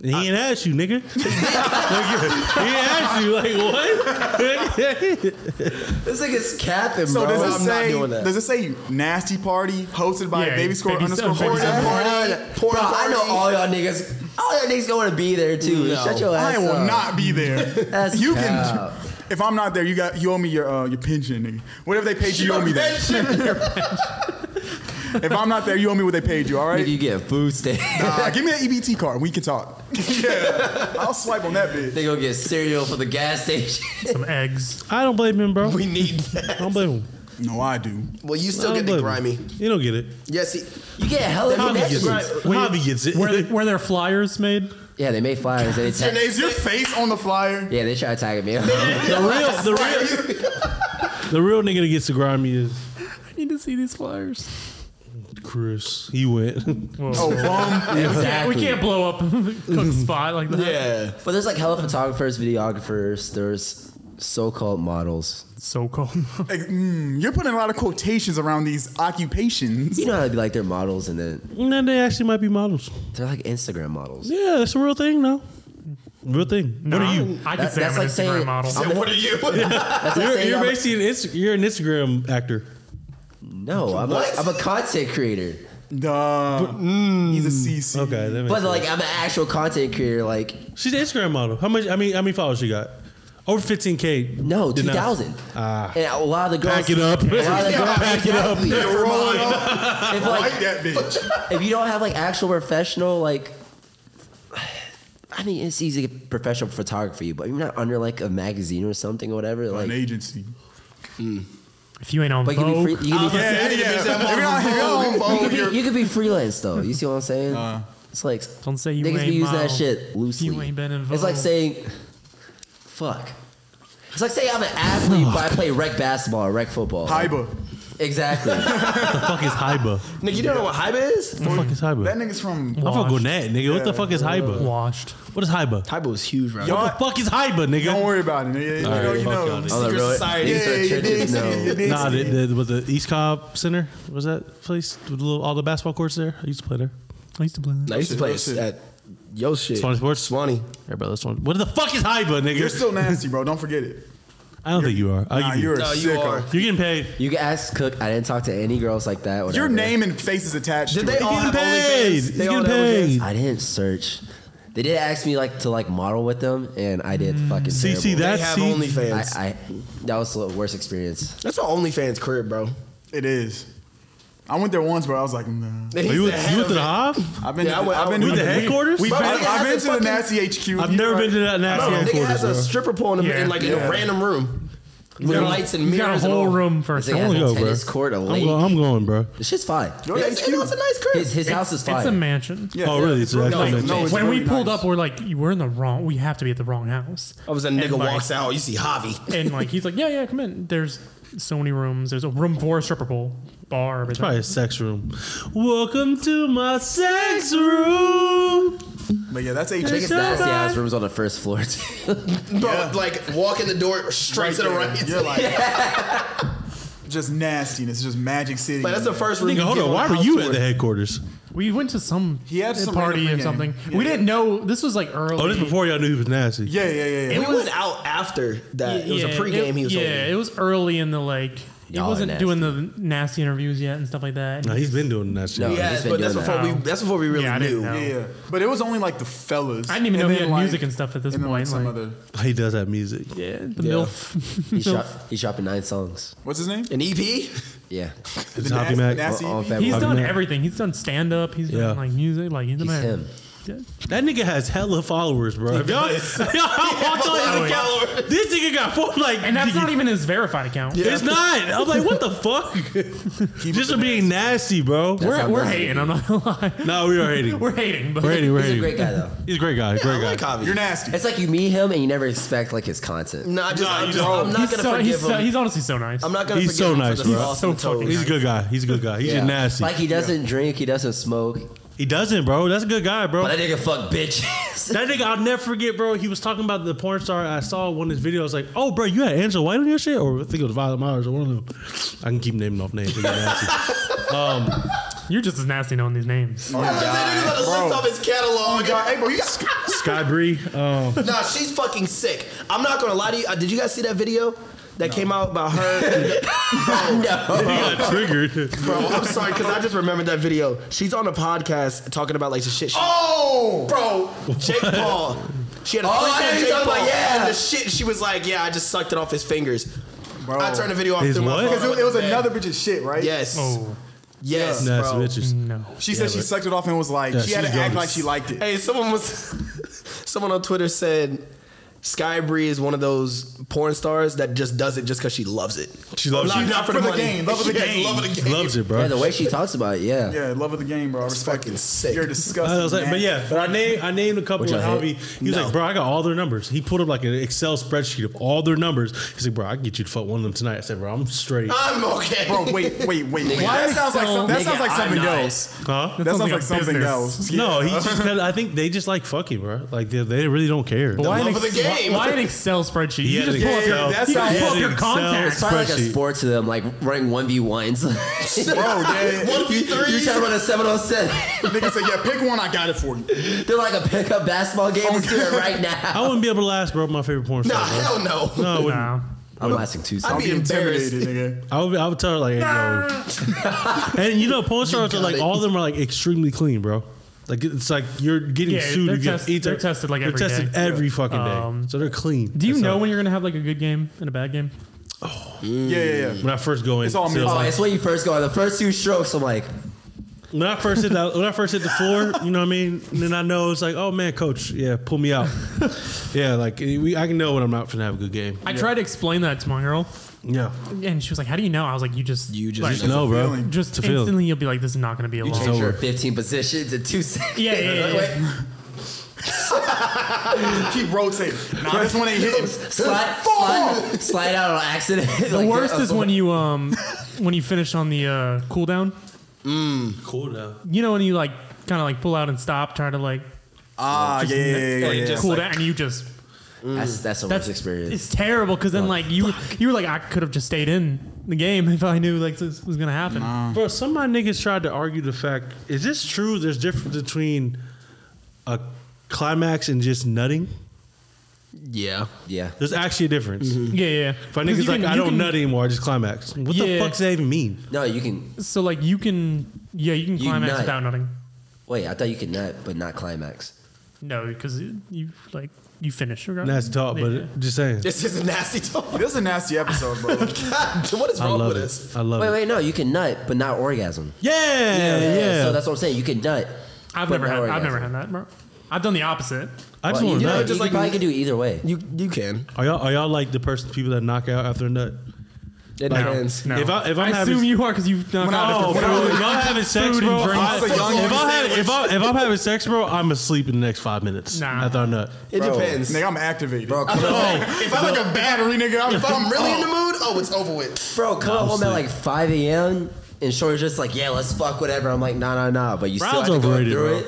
S3: He ain't asked you, nigga. Like, he ain't asked you. Like what?
S5: This nigga's capping,
S2: So
S5: bro.
S2: does it
S5: I'm not
S2: say
S5: doing that.
S2: does it say nasty party hosted by
S6: Yeah,
S2: baby score
S6: baby
S2: underscore
S6: seven, baby
S2: forty?
S6: seven.
S4: Party, porn
S5: Bro, I know
S4: party.
S5: all y'all niggas. All y'all niggas going to be there too.
S4: No.
S5: Shut your ass
S2: I will
S5: up.
S2: not be there.
S5: That's
S2: you can.
S5: cap.
S2: If I'm not there, you got you owe me your uh, your pension, nigga. Whatever they paid you, you owe me that. if I'm not there, you owe me what they paid you. All
S5: Nigga,
S2: right.
S5: you get food stamps.
S2: Uh, give me that EBT card. We can talk. yeah, I'll swipe on that bitch.
S5: They gonna get cereal for the gas station.
S6: Some eggs.
S3: I don't blame him, bro.
S4: We need
S3: I
S4: that.
S3: don't blame him.
S2: No, I do.
S4: Well, you
S3: I
S4: still
S3: don't
S4: get the
S3: blame
S4: grimy.
S3: him. You don't get it.
S4: Yes, he,
S5: You get hella
S4: Tommy
S5: that's
S4: gets
S5: right.
S4: it.
S3: Javi gets it.
S6: Were, they, were there flyers made?
S5: Yeah, they made flyers. They attack-
S2: Is your face on the flyer?
S5: yeah, they try to tag me.
S3: The real, the real, the real nigga that gets to grind me is
S6: I need to see these flyers.
S3: Chris. He went.
S2: Oh, bum.
S5: exactly.
S6: We can't blow up Cook's spot like that.
S4: yeah.
S5: But there's like hella photographers, videographers. There's so-called models.
S6: So cold.
S2: Like, mm, you're putting a lot of quotations around these occupations.
S5: You know how to be like they're models, and then
S3: And then they actually might be models.
S5: they're like Instagram models.
S3: Yeah, that's a real thing, though. Real thing.
S6: No,
S3: what are you?
S6: I could
S5: That-
S6: say
S5: that's
S6: I'm an
S5: like saying-
S6: Instagram model.
S5: I'm-
S4: What are you?
S5: That's like
S3: You're,
S5: saying
S3: you're
S5: I'm a-
S3: basically an Inst- you're an Instagram actor.
S5: no, I'm a,
S4: What?
S5: I'm a content creator.
S2: Duh. He's a CC.
S3: Okay, that makes
S5: But
S3: sense.
S5: like I'm an actual content creator. Like
S3: she's an Instagram model. How much? I mean, how many followers she got? Over 15k.
S5: no,
S3: Did
S5: two
S3: not- Ah.
S5: thousand. and a lot of the girls
S3: Pack it up.
S5: A lot of the girls,
S3: Pack it up.
S5: exactly.
S2: Rolling up.
S5: If
S2: Like
S5: like
S2: that bitch.
S5: if you don't have like actual professional like I mean it's easy to get professional photography, but you're not under like a magazine or something or whatever.
S2: An
S5: Like
S2: agency.
S6: if you ain't on
S5: but you can be
S6: Vogue,
S5: free you can be,
S2: Yeah, yeah. You're not here on
S5: you
S2: Vogue.
S5: can be-
S2: You're-
S5: you can be freelance though. You see what I'm saying?
S3: Uh.
S5: it's like
S6: Don't say you
S5: niggas
S6: ain't
S5: be using that
S6: model.
S5: shit loosely.
S6: You ain't been in
S5: It's like
S6: Vogue.
S5: saying fuck. It's like saying I'm an athlete but I play rec basketball or rec football.
S2: Hyba.
S5: Exactly.
S3: What the fuck is Hyba?
S4: Nigga, you don't know what Hyba is?
S3: What the fuck is
S2: That
S3: Hyba?
S2: nigga's from.
S3: I'm from Gwinnett, nigga. What the fuck is Hyba?
S6: washed.
S3: What is Hyba?
S4: Hyba was huge, right?
S2: Y'all-
S3: What the fuck is Hyba, nigga?
S2: Don't worry about it. nigga. You know, you
S3: fuck
S2: know.
S3: y'all niggas.
S5: I'm like,
S4: Secret
S5: really?
S4: society.
S5: These
S2: Yeah,
S5: are
S2: you did
S5: churches,
S2: see it,
S5: no.
S2: you did
S3: Nah,
S2: see
S3: the,
S2: it.
S3: the, was the East Cobb Center? Was that place? With the little, all the basketball courts there? I used to play there.
S6: I used to play that.
S4: I used to play
S2: shit,
S4: at Yo shit.
S3: Swanee Sports?
S4: Swanee.
S3: Hey, bro, this one. What the fuck is hyper, nigga?
S2: You're still nasty, bro. Don't forget it.
S3: I don't think you are. I'll
S2: Nah,
S3: give you-
S2: you're a
S4: No, you
S2: sicko.
S4: are.
S3: You're getting paid.
S5: You can ask Cook. I didn't talk to any girls like that. Whatever.
S2: Your name and face is attached
S4: Did
S2: to
S4: they
S2: it.
S4: all
S3: getting
S4: have
S3: paid.
S4: OnlyFans? They
S3: You're
S4: all
S3: getting
S4: have OnlyFans?
S3: paid.
S5: I didn't search. They did ask me like to like model with them, and I did
S6: Mm.
S5: fucking.
S3: See, see,
S5: terrible.
S4: They
S3: that's
S4: have
S3: see,
S4: OnlyFans.
S5: I, I that was the worst experience.
S4: That's an OnlyFans crib, bro.
S2: It is. I went there once, bro. I was like, nah.
S3: Are
S4: He's
S3: you,
S4: the
S3: with-
S4: head
S3: you
S4: of
S3: with the
S4: it.
S3: Hob?
S2: I've been.
S4: Yeah, I
S2: to,
S4: went-
S2: I've
S4: I
S2: been
S4: went
S2: to
S3: with the
S2: the-
S3: headquarters?
S2: We've been,
S4: Bro, nigga
S2: I've been
S4: has
S2: to
S4: a
S2: the
S4: fucking-
S2: nasty HQ.
S3: I've never been to that
S4: Bro,
S3: nasty
S4: nigga
S3: headquarters,
S4: has a
S3: bro.
S4: stripper pole in, the, in like in a
S2: Yeah.
S4: random room. With
S6: got a-
S4: lights and
S6: you got a
S4: mirrors. and
S6: whole
S4: all.
S6: room for
S5: This
S6: a
S5: nigga has
S3: I'm
S5: a
S3: gonna go, bro.
S5: tennis court, a
S3: I'm
S5: lake.
S3: going, I'm going, bro.
S5: This shit's fine.
S2: Yo,
S4: Yeah,
S2: that's
S4: it's,
S2: cute.
S4: it's a nice crib.
S5: His, his house is fine.
S6: It's a mansion.
S2: Yeah,
S3: Oh,
S2: yeah.
S3: really? So that's
S2: No,
S3: what
S2: no,
S3: it
S2: it's
S3: is.
S6: when we
S2: really
S6: pulled
S2: nice.
S6: up, we're like, we're in the wrong. We have to be at the wrong house.
S4: All of a sudden,
S6: And
S4: nigga
S6: like-
S4: walks out. You see Javi.
S6: And like, he's like, yeah, yeah, come in. There's so many rooms. There's a room for a stripper pole, bar. everything.
S3: Probably a sex room. Welcome to my sex room.
S2: But yeah, that's
S5: I think
S2: HQ.
S5: it's nasty ass rooms on the first floor. too.
S4: Bro, like walk in the door straight to the
S2: there.
S4: right.
S2: You're like, just nastiness, just Magic City.
S4: Like, that's the first room.
S3: Nigga,
S4: you
S3: hold
S4: give
S3: on.
S4: a
S3: Why were
S4: house
S3: you
S4: tour.
S3: at the headquarters?
S6: We went to some,
S2: He had some
S6: party
S2: random
S6: or
S2: pregame.
S6: something.
S2: Yeah.
S6: we didn't know this was like early.
S3: Oh, this before y'all knew he was nasty.
S2: Yeah, yeah, yeah, yeah.
S4: We went out after that. it was a
S6: Yeah,
S4: pregame.
S6: it-
S4: he was
S6: yeah.
S4: holding.
S6: It was early in the like. He
S5: Y'all are
S6: wasn't doing the nasty interviews yet and stuff like that.
S3: Nah, he's been doing that shit.
S5: No.
S4: Yeah,
S5: he's been
S4: but that's
S5: doing
S4: before
S5: that.
S4: we. That's before we really
S6: Yeah, I didn't
S4: knew.
S6: know.
S2: yeah, yeah. But it was only like the fellas.
S6: I didn't even know he
S2: then,
S6: had music and stuff at this
S2: and then,
S6: point,
S2: Like some
S6: like-
S2: other.
S3: He does have music.
S6: yeah, the
S4: Yeah.
S6: milf.
S5: he shot. He shopping nine songs.
S2: What's his name?
S4: An E EP.
S5: Yeah.
S3: It's
S2: The
S3: Hoppy
S2: nas-
S3: Mac.
S2: nasty-
S5: On
S6: He's
S5: February.
S3: I've
S6: done
S3: never-
S6: everything. He's done stand up. He's
S3: Yeah.
S6: done like music. Like he's, the
S5: He's
S6: man.
S5: him.
S6: Yeah.
S3: That nigga has hella followers, bro. If y'all, y'all walked on his
S4: Hella
S3: account, this nigga got four like.
S6: And that's not even his verified account.
S3: It's not. I'm like, what the fuck? Just for being nasty, bro.
S5: That's
S6: We're,
S5: how
S6: we're
S5: nasty.
S6: hating. I'm not gonna lie.
S3: No, we are hating.
S6: We're hating, but
S3: We're hating. We're
S5: He's a
S3: hating.
S5: great guy though.
S3: He's a great guy.
S4: I
S3: Great guy.
S4: like Javi.
S2: You're nasty.
S5: It's like you meet him and you never expect like his content.
S4: Nah, I just,
S3: Nah,
S4: I'm,
S3: you
S4: just,
S3: don't.
S4: I'm not
S6: he's,
S4: gonna
S6: so,
S4: forgive
S6: he's, so,
S4: him.
S6: he's honestly so nice.
S4: I'm not gonna
S3: He's
S4: forgive
S3: so
S4: him
S3: nice,
S4: for the
S3: bro.
S4: sauce
S6: So
S4: and the
S6: fucking
S4: toes.
S3: He's a good guy. He's a good guy. He's
S5: Yeah.
S3: just nasty.
S5: Like he doesn't drink, he doesn't smoke,
S3: He doesn't, bro. That's a good guy, bro.
S5: but that nigga fuck bitches.
S3: That nigga, I'll never forget, bro. He was talking about the porn star. I saw one of his videos. Like, oh, bro, you had Angela White on your shit, or I think it was Violet Myers or one of them. I can keep naming off names. They get nasty.
S6: You're just as nasty knowing these names.
S4: That nigga's about to
S2: Bro.
S4: list off his catalog.
S2: God, hey, bro, you
S3: Sky Bree. Um,
S4: Nah, she's fucking sick. I'm not gonna lie to you. Uh, did you guys see that video that came out about her?
S3: he got triggered.
S4: bro, I'm sorry because I just remembered that video. She's on a podcast talking about like the shit. She,
S2: Oh,
S4: bro, Jake Paul. She had a threesome
S5: Oh, I know
S4: with
S5: you're
S4: Jake
S5: talking about,
S4: Paul,
S5: yeah.
S4: and the shit. She was like, yeah, I just sucked it off his fingers.
S2: Bro.
S4: I turned the video off
S3: His
S4: through my
S3: what?
S4: phone.
S2: Oh. Because it, it was
S4: I went to
S2: another
S4: bed.
S2: bitch of shit, right?
S4: Yes.
S6: Oh
S4: Yes,
S3: Nasty
S4: bro.
S3: bitches.
S6: no.
S2: She said she
S3: but-
S2: sucked it off and was like,
S3: Yeah,
S2: she had
S3: she's
S2: to act
S3: gross.
S2: like she liked it.
S4: Hey, someone was someone on Twitter said Sky Bree is one of those porn stars that just does it just because she loves it.
S3: She loves
S4: not,
S3: you.
S4: not for,
S2: For
S4: the,
S2: the
S4: money.
S2: game, love of the
S4: Yeah,
S2: game.
S4: Love of the game.
S3: Loves it, bro.
S5: yeah, the way she talks about it, yeah.
S2: Yeah, love of the game, bro. I respect
S4: fucking
S2: it.
S4: sick.
S2: You're
S3: I
S2: disgusting.
S3: was like, but
S2: man.
S3: yeah, but I named I named a couple
S5: Would
S3: of
S5: y'all
S3: hobby. He was
S4: No.
S3: like, bro, I got all their numbers. He pulled up like an Excel spreadsheet of all their numbers. He's like, bro, I can get you to fuck one of them tonight. I said, bro, I'm straight.
S4: I'm okay.
S2: Bro, wait, wait, wait. wait.
S5: Why
S2: That sounds like
S5: so-
S2: some, that
S5: Nigga,
S2: sounds like
S5: I'm
S2: something
S5: nice.
S2: else.
S3: Huh?
S2: That sounds
S6: sounds
S2: like
S6: like
S2: something
S6: business.
S2: else.
S3: No, he just. I think they just like fucking, bro. Like they, they really don't care.
S6: Why
S4: love
S6: an,
S4: of the game.
S6: why, why an Excel spreadsheet?
S3: He
S6: You
S3: had an
S6: just pull up your,
S3: Excel-
S2: that's
S6: you
S2: how-
S6: just
S2: he
S6: pull
S3: had an
S6: up your
S3: Excel
S5: It's
S6: contacts.
S5: probably like a
S3: Spreadsheet.
S5: sport to them, like running one v ones. You're
S2: Bro, yeah.
S4: One v three.
S5: trying to run a seven on seven.
S2: Nigga said, yeah, pick one. I got it for you.
S5: They're like a pickup basketball game. Let's do it right
S3: I
S5: now.
S3: wouldn't be able to last, bro. My favorite porn
S4: Nah,
S3: star. bro.
S4: Ah, hell no.
S3: No, I wouldn't.
S6: Nah.
S5: I'm lasting two
S4: I'd
S5: songs.
S4: be embarrassed.
S2: Intimidated, nigga.
S3: I would. I would tell her like, hey, yo. and you know, porn stars are
S4: got
S3: like
S4: it.
S3: all of them are like extremely clean, bro. Like it's like you're getting
S6: Yeah,
S3: sued.
S6: they're
S3: you get
S6: test-
S3: eaten-
S6: they're tested, like,
S3: they're
S6: every
S3: tested
S6: day.
S3: every fucking day.
S6: Um,
S3: so they're clean.
S6: Do you
S3: That's
S6: know
S3: how-
S6: when you're gonna have like a good game and a bad game?
S2: Yeah, yeah, yeah.
S3: when I first go in?
S2: It's all
S3: so
S2: me.
S3: it's
S5: Oh,
S3: like-
S5: it's when you first go on the first two strokes. I'm like,
S3: When I first hit that, when I first hit the floor, you know what I mean. And then I know it's like, oh man, coach, yeah, pull me out. yeah, like we, I can know when I'm not finna have a good game.
S6: I tried to explain that to my girl,
S3: Yeah,
S6: and she was like, "How do you know?" I was like, "You just, you
S4: just-
S6: like,
S3: just know, bro.
S2: feeling.
S6: just
S3: To feel.
S6: instantly you'll be like, this is not gonna be a long."
S5: change your
S3: over.
S5: 15 positions in two seconds.
S6: Yeah, yeah, yeah,
S5: Like,
S2: Keep rotating. Nah, this one ain't hitting.
S5: Slide, slide, slide out on accident.
S6: The worst is when you um when you finish on the uh, cooldown.
S3: cool now.
S6: You know when you like kind of like pull out and stop, try to like
S2: Ah, yeah, yeah, yeah, yeah,
S6: like,
S2: yeah.
S6: cool down, and you just
S5: That's that's a
S6: That's
S5: worse experience.
S6: It's terrible because then like you you were like I could have just stayed in the game if I knew like this was gonna happen.
S3: Bro, some of my niggas tried to argue the fact is this true? There's difference between a climax and just nutting.
S4: Yeah.
S5: Yeah.
S3: There's actually a difference.
S6: Yeah, yeah.
S3: If I
S6: Mm-hmm. Because
S3: niggas
S6: you
S3: like
S6: can-
S3: I
S6: you
S3: don't
S6: can-
S3: nut anymore, I just climax. What the
S6: Yeah.
S3: fuck does that even mean?
S5: No, you can.
S6: So like you can yeah you can
S5: You
S6: climax
S5: nut.
S6: without nutting.
S5: Wait, I thought you could nut, but not climax.
S6: No, because you like you finish. Right?
S3: That's talk, but just saying.
S4: This is a nasty talk.
S2: This is a nasty episode, bro.
S4: God, what is
S3: I
S4: wrong
S3: love
S4: with
S3: it.
S4: us?
S3: I love
S5: Wait,
S3: it.
S5: wait, no, you can nut, but not orgasm.
S3: Yeah, Oh. yeah.
S5: So that's what I'm saying. You can nut.
S6: I've
S5: but
S6: never
S5: not
S6: had I've
S5: orgasm.
S6: never had that. Bro. I've done the opposite.
S3: I just
S5: Well,
S3: want
S5: you
S3: to
S5: know,
S3: nut.
S5: you
S4: Just
S5: can
S4: like-
S5: probably can do either way.
S4: You you can.
S3: Are y'all are y'all like the person people that knock out after a nut?
S4: It
S3: Like-
S4: depends.
S6: No.
S3: If I- if I'm having-
S6: assume you are because you've done
S2: When I was-
S6: it.
S3: Oh,
S2: when I
S3: bro,
S2: was-
S3: if I'm having sex,
S6: Food and
S3: bro,
S6: drinks.
S3: I-
S2: I was a young
S3: if, I'm
S2: boy
S3: having, if, I, if I'm having sex, bro, I'm asleep in the next five minutes.
S6: Nah.
S3: After I nut.
S4: It
S5: Bro.
S4: depends.
S2: nigga, I'm activated.
S5: Bro, come on,
S3: Oh.
S2: if I like a battery, nigga, I'm,
S4: If I'm really in the mood, oh, it's over with.
S5: bro, come home at like 5 a.m. and Shorty's just like, yeah, let's fuck whatever. I'm like, nah, nah, nah. But you still
S3: Brown's
S5: have to go
S3: overrated,
S5: through
S3: bro.
S5: it.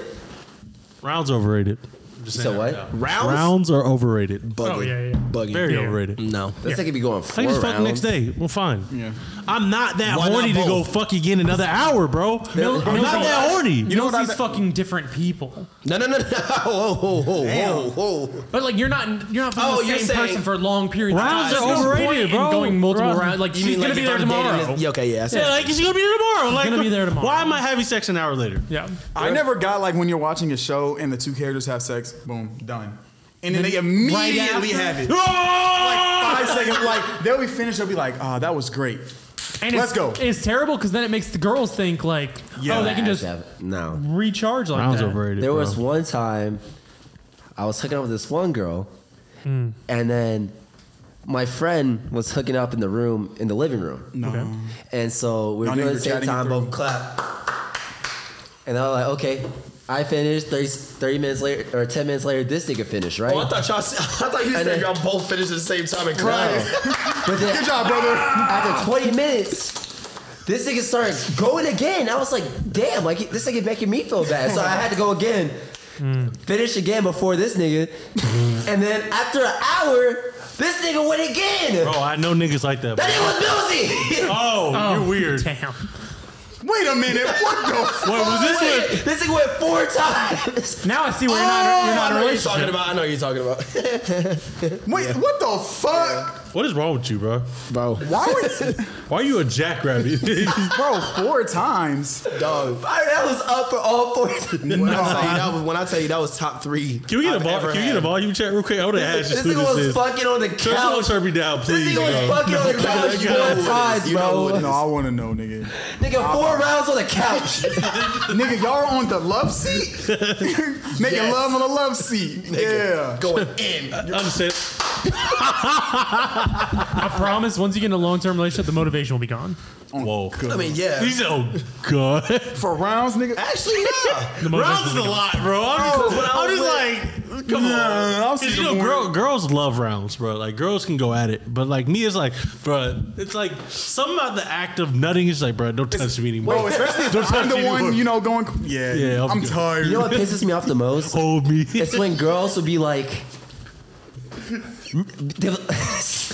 S3: Rounds overrated.
S5: You said what? That's
S4: Rounds?
S3: Rounds are overrated.
S4: Bugging.
S6: Oh, yeah, yeah.
S4: Bugging.
S3: Very
S6: Yeah.
S3: overrated.
S4: No.
S5: like if you going
S3: I
S5: four
S3: can just fuck the
S5: Mm. rounds.
S3: next day. We're fine.
S2: Yeah.
S3: I'm not that
S4: Why not
S3: horny to go
S4: both?
S3: fuck again another hour, bro.
S6: Mil-
S3: I'm not
S6: Milton-
S3: that horny.
S6: You know these fucking different people,
S4: No, no, no, no. Whoa, whoa, whoa, whoa, whoa.
S6: but like you're not you're not fucking
S4: Oh,
S6: the
S4: you're
S6: same
S4: saying-
S6: person for long periods.
S3: Rounds
S6: of time.
S3: are
S6: There's no
S3: overrated,
S6: point in
S3: bro.
S6: Going multiple
S3: Rounds.
S6: rounds, like
S4: You
S6: she's
S4: mean
S6: gonna
S4: like
S6: be
S4: if
S6: there
S4: I'm dating
S6: tomorrow.
S4: this- Yeah, okay, yeah. I see.
S3: Yeah, like she's gonna be there tomorrow. Like,
S6: gonna be there tomorrow.
S3: Why am I having sex an hour later?
S6: Yeah.
S2: I never got like when you're watching a show and the two characters have sex, boom, done. And then they immediately
S6: after?
S2: have it.
S3: Ah!
S2: Five seconds, like they'll be finished, they'll be like, ah, that was great.
S6: And
S2: Let's
S6: it's,
S2: go.
S6: It's terrible because then it makes the girls think like,
S2: Yeah.
S6: oh, they can
S5: I
S6: just
S5: have to have- no.
S6: recharge like
S3: Rounds
S6: that.
S3: overrated.
S5: There
S3: bro.
S5: was one time I was hooking up with this one girl, and then my friend was hooking up in the room, in the living room. No. And so we were
S2: Y'all
S5: doing
S2: niggas
S5: it at the same
S2: chatting
S5: time,
S2: through.
S5: both clap. And I was like, okay, I finished 30, 30 minutes later, or 10 minutes later, this nigga finished, right?
S4: Oh, I thought y'all. I thought you
S5: And
S4: said
S5: then-
S4: y'all both finished at the same time and
S5: No.
S4: cried.
S5: But then
S2: Good job, brother.
S5: after 20 minutes, this nigga started going again. I was like, damn, like this nigga making me feel bad. So I had to go again.
S3: Mm.
S5: Finish again before this nigga. and then after an hour, this nigga went again.
S3: Bro, I know niggas like that. Bro.
S5: That nigga was nosy.
S3: Oh, you're weird.
S6: Damn.
S2: Wait a minute, what the f-
S3: Wait, was this what?
S5: this nigga went four times.
S6: Now I see why you're not you're
S4: I
S6: not in
S4: know what
S6: a
S4: you're
S6: relationship.
S4: talking about. I know what you're talking about.
S2: Wait, what the fuck?
S3: What is wrong with you, bro?
S4: Bro.
S2: Why would
S3: Why are you a jackrabbit?
S2: Bro, four times.
S4: Dog.
S5: I, that was up for all four times.
S4: When, I tell you that was, when I tell you that was top three.
S3: Can we get
S4: I've
S3: a vol-
S4: ever
S3: Can we
S4: had.
S3: get a volume check real quick? I would have asked
S5: This
S3: just who
S5: nigga
S3: this
S5: was
S3: is.
S5: fucking on the
S3: Turn someone
S5: couch.
S3: turn me down,
S5: This
S3: please.
S5: nigga was
S3: bro.
S5: fucking on the couch
S4: you know what it
S5: four
S4: is.
S5: times,
S4: You know what it
S5: bro.
S4: is.
S2: No, I wanna know, nigga.
S5: Nigga, four rounds on the couch.
S2: Nigga, y'all are on the love seat? Making
S4: Yes.
S2: love on the love seat. Yeah.
S4: Going in.
S3: I'm saying,
S6: I promise, once you get in a long term relationship, the motivation will be gone.
S3: whoa.
S4: I mean, yeah.
S3: He's oh god.
S2: For rounds, nigga.
S4: Actually, yeah.
S3: rounds is a lot, bro. I'm
S4: Bro,
S3: just,
S4: when I
S3: I'm
S4: was
S3: just like, come
S2: Nah,
S3: on.
S2: I'll
S3: 'Cause
S2: see
S3: you
S2: the
S3: know,
S2: morning.
S3: girl, girls love rounds, bro. Like girls can go at it, but like me, it's like, bro, it's like some about the act of nutting is like, bro, don't touch me anymore.
S2: Bro, especially
S3: Don't
S2: if
S3: touch
S2: I'm the
S3: me
S2: one,
S3: anymore.
S2: you know, going. Yeah,
S3: Yeah, I'm
S2: I'm
S3: good.
S2: tired.
S5: You know what pisses me off the most?
S3: hold me.
S5: It's when girls would be like, This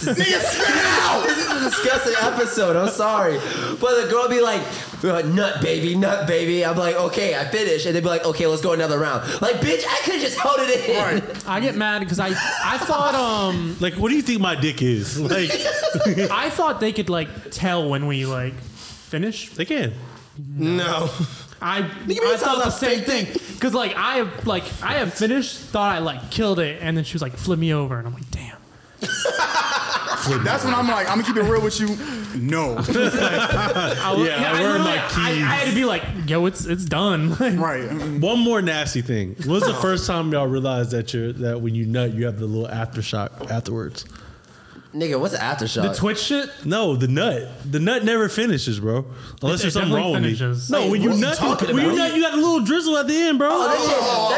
S5: is a disgusting episode. I'm sorry, but the girl be like, uh, "Nut baby, nut baby." I'm like, "Okay, I finished," and they'd be like, "Okay, let's go another round." Like, bitch, I could have just held it in.
S6: I get mad because I I thought um
S3: Like, what do you think my dick is? Like,
S6: I thought they could like tell when we like finish.
S3: they can.
S4: No.
S6: I
S5: me
S6: I
S5: a
S6: thought
S5: time
S6: the
S5: I
S6: same thing because like I have like I have finished, thought I like killed it, and then she was like flip me over, and I'm like damn.
S2: That's when I'm like, I'm gonna keep it real with you. No,
S6: I, was-
S3: Yeah, I learned
S6: literally-
S3: my
S6: I,
S3: keys.
S6: I had to be like yo, it's it's done.
S2: right? mm,
S3: One more nasty thing. When was the first time y'all realized that you're that when you nut you have the little aftershock afterwards?
S5: Nigga, what's the
S6: the
S5: aftershock?
S6: Twitch shit.
S3: No, the nut. The nut never finishes, bro. Unless there's
S6: It
S3: something
S6: definitely
S3: wrong
S6: finishes.
S3: with me. No, when you
S4: what are you
S3: nut,
S4: talking
S3: when you
S4: about?
S3: nut, you got a little drizzle at the end, bro.
S5: oh, that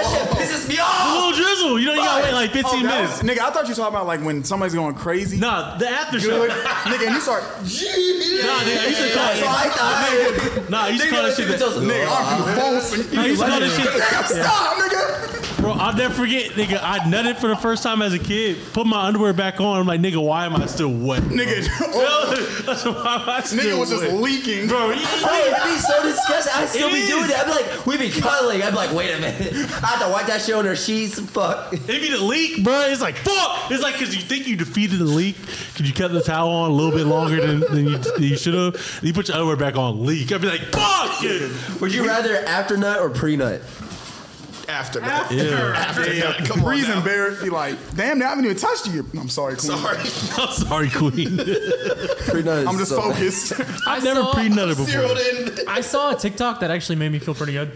S5: shit, that shit pisses me
S3: a
S5: off.
S3: little drizzle. You know, you gotta wait like 15
S2: Oh, That
S3: minutes.
S2: was- nigga, I thought you were talking about like when somebody's going crazy.
S3: Nah, the aftershock.
S2: Good. nigga, and you start.
S3: Nah, nigga, I used to call
S5: That's what I thought.
S3: Nah, I used to
S5: Nigga,
S3: call that
S5: this
S3: shit.
S5: nigga
S3: the-
S5: tells-
S2: Nigga, I'm convulsing.
S3: I used to call that shit.
S2: Stop, nigga.
S3: Bro, I'll never forget, nigga. I nutted for the first time as a kid. Put my underwear back on. I'm like, nigga, why am I still wet?
S2: Nigga,
S3: That's why am I still
S2: nigga was just
S3: wet?
S2: leaking.
S3: Bro, yeah.
S5: Hey, it'd be so disgusting. I'd still
S3: It
S5: be doing
S3: is.
S5: that. I'd be like, we'd be cuddling. I'd be like, wait a minute. I have to wipe that shit on her sheets. Fuck.
S3: If you the leak, bro, it's like fuck. It's like because you think you defeated the leak, because you kept the towel on a little bit longer than, than you, than you should have. You put your underwear back on, leak. I'd be like, fuck. Yeah.
S5: Would you rather after nut or pre nut?
S4: after that. After, that. Come on.
S2: Breeze
S4: now.
S2: embarrassed. Be like, damn, I haven't even touched you. I'm sorry, Queen.
S4: Sorry.
S3: I'm sorry, Queen.
S5: Pre nut.
S2: I'm just focused.
S6: I
S3: I've never
S6: saw-
S3: pre nutted before.
S4: Zeroed in.
S6: I saw a TikTok that actually made me feel pretty good.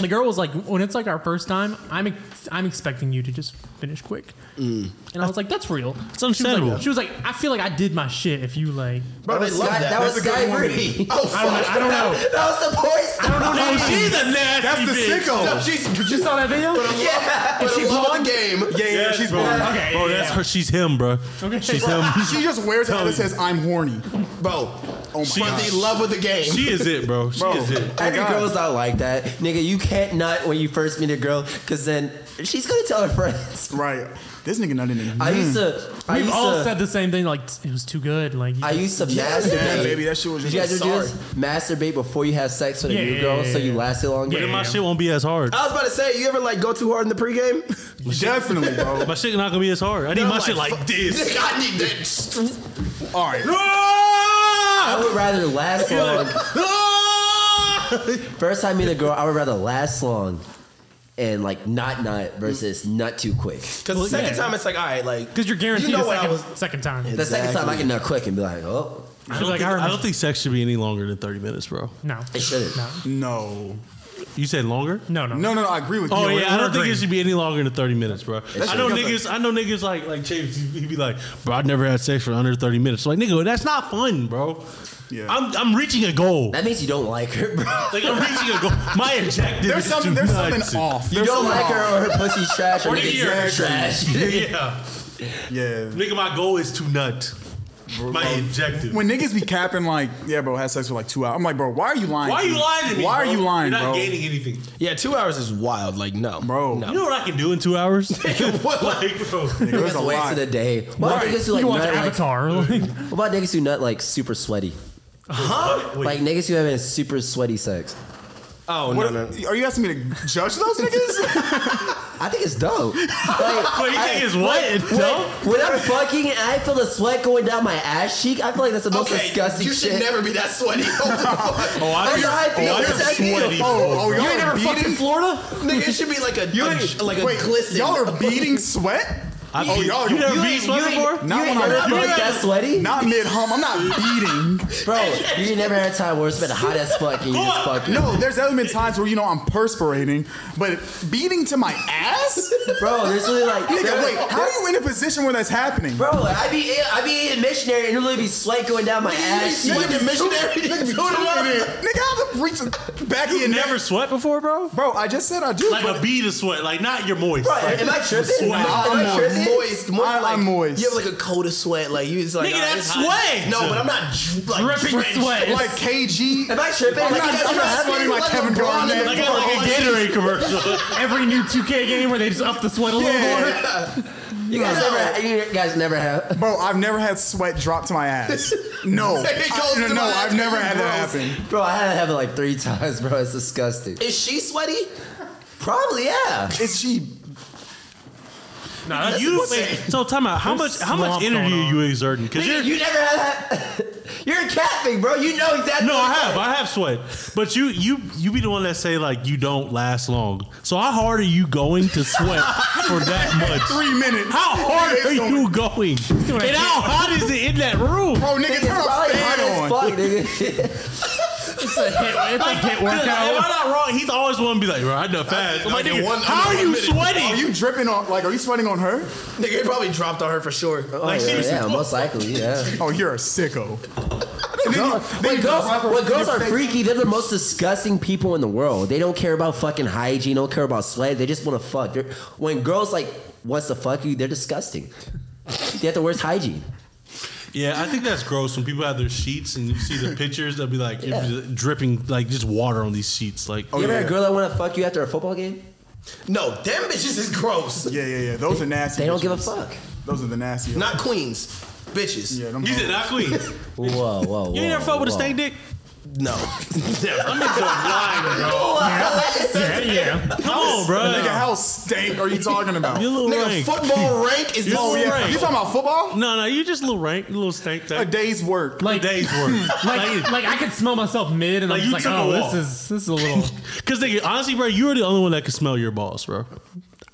S6: The girl was like, "When it's like our first time, I'm ex- I'm expecting you to just finish quick." And I was like, "That's real." It's
S3: understandable.
S6: She was, like, "I feel like I did my shit." If you like,
S4: Bro, they love
S5: Sky,
S4: that.
S5: that was Sky Bree.
S4: Oh, fuck.
S6: I don't know.
S5: That was the porn star.
S3: Oh, she's a nasty
S2: That's the
S3: bitch.
S2: sicko.
S4: No, she's,
S6: Did you saw that video?
S5: Yeah.
S4: but
S6: she
S4: she love
S6: blonde?
S4: the game.
S2: Yeah, yeah, she's
S3: bro.
S2: born.
S6: Okay,
S3: bro,
S6: yeah,
S3: Oh, that's
S6: yeah.
S3: her. She's him, bro.
S6: Okay.
S3: She's him.
S2: She just wears it
S3: Tell
S2: and it
S3: you.
S2: says, I'm horny.
S4: Bro,
S2: Oh my
S3: She-
S2: God.
S4: they love with the game.
S3: She is it, bro. She is it.
S5: Every
S2: God.
S5: girl's not like that. Nigga, you can't nut when you first meet a girl because then she's going to tell her friends.
S2: Right. This nigga not in it.
S5: I used to. I
S6: We've
S5: used
S6: all
S5: to,
S6: said the same thing. Like it was too good. Like
S5: I used to masturbate.
S2: yeah, baby, that shit was
S5: Did you
S2: just-
S5: guys ever do this? Masturbate before you have sex with a
S6: Yeah,
S5: new
S6: yeah,
S5: girl,
S6: yeah,
S5: so you
S6: yeah.
S5: last it longer.
S3: Then
S6: Yeah.
S3: my shit won't be as hard.
S5: Uh,
S4: I was about to say, you ever like go too hard in the pregame?
S2: Definitely, bro.
S3: My shit not gonna be as hard. I need
S4: I'm
S3: my shit
S4: like,
S3: like this.
S4: Nigga, I need that.
S2: All right.
S5: I would rather last long. First time meeting a girl, I would rather last long and like not nut versus nut too quick.
S4: Because the second
S6: yeah.
S4: time it's like, all right, like
S6: because you're guaranteed
S4: You know
S6: a
S4: what I
S6: second,
S4: was-
S6: second time.
S5: The second time I can nut quick and be like, oh,
S3: I don't,
S6: Like,
S3: think,
S6: I remember-
S3: I don't think sex should be any longer than 30 minutes, bro.
S6: No,
S5: I shouldn't.
S6: no,
S2: No.
S3: You said longer?
S6: no, no.
S2: No, no, no. I agree with you.
S3: Oh
S6: we're-
S3: yeah, I
S6: we're
S3: don't think
S6: agreeing.
S3: it should be any longer than thirty minutes, bro. I know
S2: should be okay.
S3: niggas. I know niggas like like James. he- He be like, bro, I never had sex for under thirty minutes. So like, nigga, that's not fun, bro.
S2: Yeah.
S3: I'm I'm reaching a goal.
S5: that means you don't like her, bro.
S3: like I'm reaching a goal. My objective
S2: There's
S3: is
S2: something,
S3: to
S2: there's
S3: not
S2: something
S3: to-
S2: off.
S5: You
S2: There's
S5: don't
S2: something
S5: like her
S2: off.
S5: or her pussy's trash or
S3: Or the
S5: nigga's
S3: ear.
S5: trash.
S3: Yeah,
S2: Yeah.
S3: nigga, my goal is to nut. My objective.
S2: When niggas be capping like, yeah, bro, had sex for like two hours. I'm like, bro, why are you lying?
S3: Why are you
S2: dude?
S3: lying to me?
S2: Why
S3: bro?
S2: are you lying,
S3: You're not
S2: bro?
S3: gaining anything.
S4: yeah, two hours is wild. Like no,
S2: Bro.
S4: no.
S3: You know what I can do in two hours?
S4: What?
S3: like, bro.
S2: There's
S5: It's
S2: a
S5: a waste of
S2: lot.
S5: the day. What about niggas who like
S6: You can watch
S5: nut like,
S6: Avatar. like-
S5: what about niggas who nut like super sweaty?
S4: Huh?
S5: Like niggas who having super sweaty sex.
S4: Oh
S2: What-
S4: no, no.
S2: Are you asking me to judge those niggas?
S5: I think it's dope. Like,
S3: What you think
S5: I-
S3: is what? It's dope?
S5: When I'm fucking and I feel the sweat going down my ass cheek, I feel like that's the most
S4: Okay,
S5: disgusting
S4: you should
S5: shit.
S4: never be that sweaty. oh,
S3: Oh, I
S5: That's
S3: be-
S5: how I feel.
S3: oh, I
S5: That's how I
S3: be
S5: feel.
S3: sweaty.
S2: oh, y'all
S5: you ain't
S2: are
S5: never fucked
S2: beating-
S5: in Florida?
S4: nigga, it should be like a, a like a
S2: Wait,
S4: glisten.
S2: y'all are beating sweat?
S3: I
S2: oh,
S3: beat-
S2: y'all
S3: you never
S5: You
S3: beat
S5: ain't, you
S3: sweat
S5: ain't,
S3: before?
S5: you
S2: Not
S5: ain't
S2: when I
S5: never
S2: was
S5: felt
S2: young.
S5: that sweaty?
S2: Not mid hum. I'm not beating.
S5: Bro, you never had a time where it's been hot as fuck and you just fucking.
S2: No, there's ever been times where you know I'm perspirating, but beating to my ass?
S5: Bro, there's really like.
S2: Nigga,
S5: there-
S2: wait, how are you in a position where that's happening?
S5: Bro, I be I be eating missionary and literally be sweat going down my ass.
S4: Nigga,
S5: cheek.
S4: be missionary.
S2: Nigga, be
S4: Doing what?
S2: tweaking it. Nigga, I'm reaching back in
S3: You
S2: your neck.
S3: never sweat before, bro?
S2: Bro, I just said I do.
S3: Like a bead of sweat, like not your moist.
S5: Bro,
S3: Like,
S5: am I tripping?
S3: sweat.
S5: Am I
S2: I'm
S5: tripping?
S4: moist, more
S2: I- I'm
S4: like
S2: moist.
S4: You have like a coat of sweat, like you just like
S3: Nigga,
S4: ah,
S3: that's
S4: it's hot.
S3: sweat.
S4: No, but I'm not dr- like
S6: Dripping
S4: drenched.
S6: sweat.
S2: but like KG.
S5: Am I tripping?
S2: I'm
S5: Like,
S2: not-
S5: you guys
S2: I'm
S5: are
S2: not
S5: happy?
S2: sweating like Kevin
S5: LeBron
S2: Garnett.
S5: in the
S3: Like
S5: fucking-
S3: a, like a Gatorade commercial.
S6: Every new 2K game where they just up the sweat a little more.
S5: You guys never, you guys never have.
S2: Bro, I've never had sweat drop to my ass. No.
S4: It goes
S2: I- no, no,
S4: to my ass,
S2: I've never had that
S4: gross.
S2: happen.
S5: Bro, I had to have it like three times, bro. It's disgusting.
S4: Is she sweaty?
S5: Probably, yeah.
S2: Is she
S3: Nah, you, wait, so time out. How much?
S6: There's
S3: How much
S6: swamp
S3: energy
S6: going
S3: are you exerting? Because you're
S5: Nigga, you never have that. You're capping, bro. You know exactly.
S3: no, I
S5: what-
S3: have, I have sweat. But you, you, you be the one that say like you don't last long. So how hard are you going to sweat for that much?
S2: three minutes?
S3: How hard are you going? And how hot is it in that room?
S2: Bro,
S5: Nigga,
S2: nigga,
S5: it's
S2: turn a
S5: probably
S2: fan on.
S5: hard as fuck, nigga.
S6: It's a hit. It's a hit
S3: Like, am
S6: workout.
S3: I not wrong? He's always want to be like, bro, I done fast. I'm like,
S4: I did
S3: nigga,
S4: one- I
S3: how are
S4: did
S3: you
S4: one minute.
S2: Are
S3: sweating?
S2: you dripping on? Like, are you sweating on her?
S4: Nigga, it probably dropped on her for sure.
S5: Oh,
S4: Like
S5: yeah,
S4: she was
S5: yeah, most likely, yeah.
S2: Oh, you're a sicko.
S5: When girls, when girls are freaky, they're the most disgusting people in the world. They don't care about fucking hygiene, don't care about sweat. They just want to fuck. They're, when girls like wants to fuck you, they're disgusting. They have the worst hygiene.
S3: Yeah, I think that's gross when people have their sheets and you see the pictures. They'll be like
S5: Yeah.
S3: you're just dripping like just water on these sheets. Like,
S5: you ever
S2: Oh, yeah.
S5: had a girl that want to fuck you after a football game?
S4: No, them bitches is gross.
S2: Yeah, yeah, yeah. Those are nasty.
S5: They don't give a
S2: bitches.
S5: fuck.
S2: Those are the nasty.
S4: Not queens. Bitches.
S2: Yeah, them
S3: You said
S2: hoes.
S3: not clean.
S5: Whoa, whoa, whoa.
S3: You ain't never fucked with a
S5: whoa.
S3: stank dick?
S4: No. Never.
S6: Yeah, yeah.
S3: Come on, bro.
S2: Nigga, how stank are you talking about?
S3: You
S2: You
S3: little
S4: Nigga,
S3: rank.
S4: football rank is
S3: You're
S4: oh, yeah.
S3: rank.
S2: talking about football?
S3: No, no, you just little rank, little stank.
S2: A
S3: That
S2: day's work.
S6: Like,
S3: day's work.
S6: like, like I could smell myself mid, and
S3: Like,
S6: I'm
S3: you
S6: just
S3: took
S6: like,
S3: a
S6: oh,
S3: walk.
S6: this is this is a little.
S3: Because nigga, honestly, bro, you are the only one that can smell your balls, bro.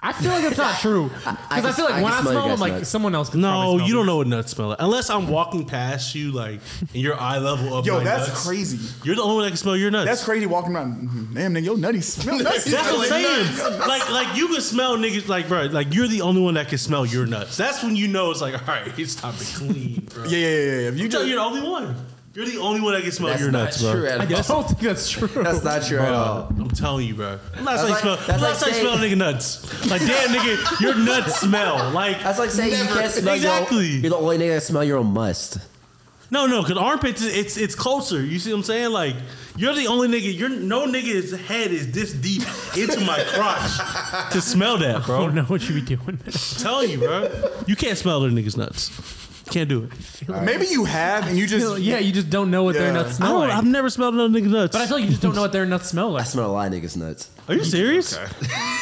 S6: I feel like it's not true because
S5: I
S6: I,
S5: can-
S6: feel like
S5: I can
S6: when I
S5: smell your
S6: smell, them,
S5: guys'
S6: like
S5: nuts.
S6: someone else. Could
S3: No,
S6: probably smell
S3: you don't
S6: them.
S3: know what nuts smell like. Unless I'm walking past you, like in your eye level of
S2: Yo,
S3: my
S2: that's
S3: nuts.
S2: crazy.
S3: You're the only one that can smell your nuts.
S2: That's crazy walking around. Mhm, Damn, nigga, your nutty smell. That's
S3: That's what I'm saying. Like, like you can smell niggas. Like, bro, like you're the only one that can smell your nuts. That's when you know it's like, all right, it's time to clean, bro.
S2: Yeah, yeah, yeah. yeah. If you
S3: You tell
S2: just,
S3: you're the only one. You're the only one that can smell
S5: That's
S3: your
S5: not
S3: nuts,
S5: true
S3: bro.
S5: at
S6: I
S5: all.
S6: don't think that's true.
S5: That's not true at all.
S3: Bro, I'm telling you, bro. Last
S5: like-
S3: time smell,
S5: that's
S3: last
S5: like
S3: time smell
S5: saying-
S3: nigga nuts. Like, damn, nigga, your nuts smell. Like,
S5: That's like saying you can't smell
S3: Exactly.
S5: your. You're the only nigga that smell your own must.
S3: no, no, because armpits, is- it's it's closer. You see what I'm saying? Like, you're the only nigga. You're no nigga's head is this deep into my crotch to smell that,
S6: I
S3: bro.
S6: don't know what you be doing.
S3: I'm telling you, bro. You can't smell other niggas' nuts. Can't do it.
S2: maybe you have and you just
S6: yeah, you just don't know what their
S2: Yeah.
S6: nuts
S3: I
S6: smell
S3: don't-
S6: like.
S3: I've never smelled another nigga nuts.
S6: but I feel like you just don't know what their nuts smell
S5: I
S6: like.
S5: smell a lot of niggas nuts.
S3: Are you serious?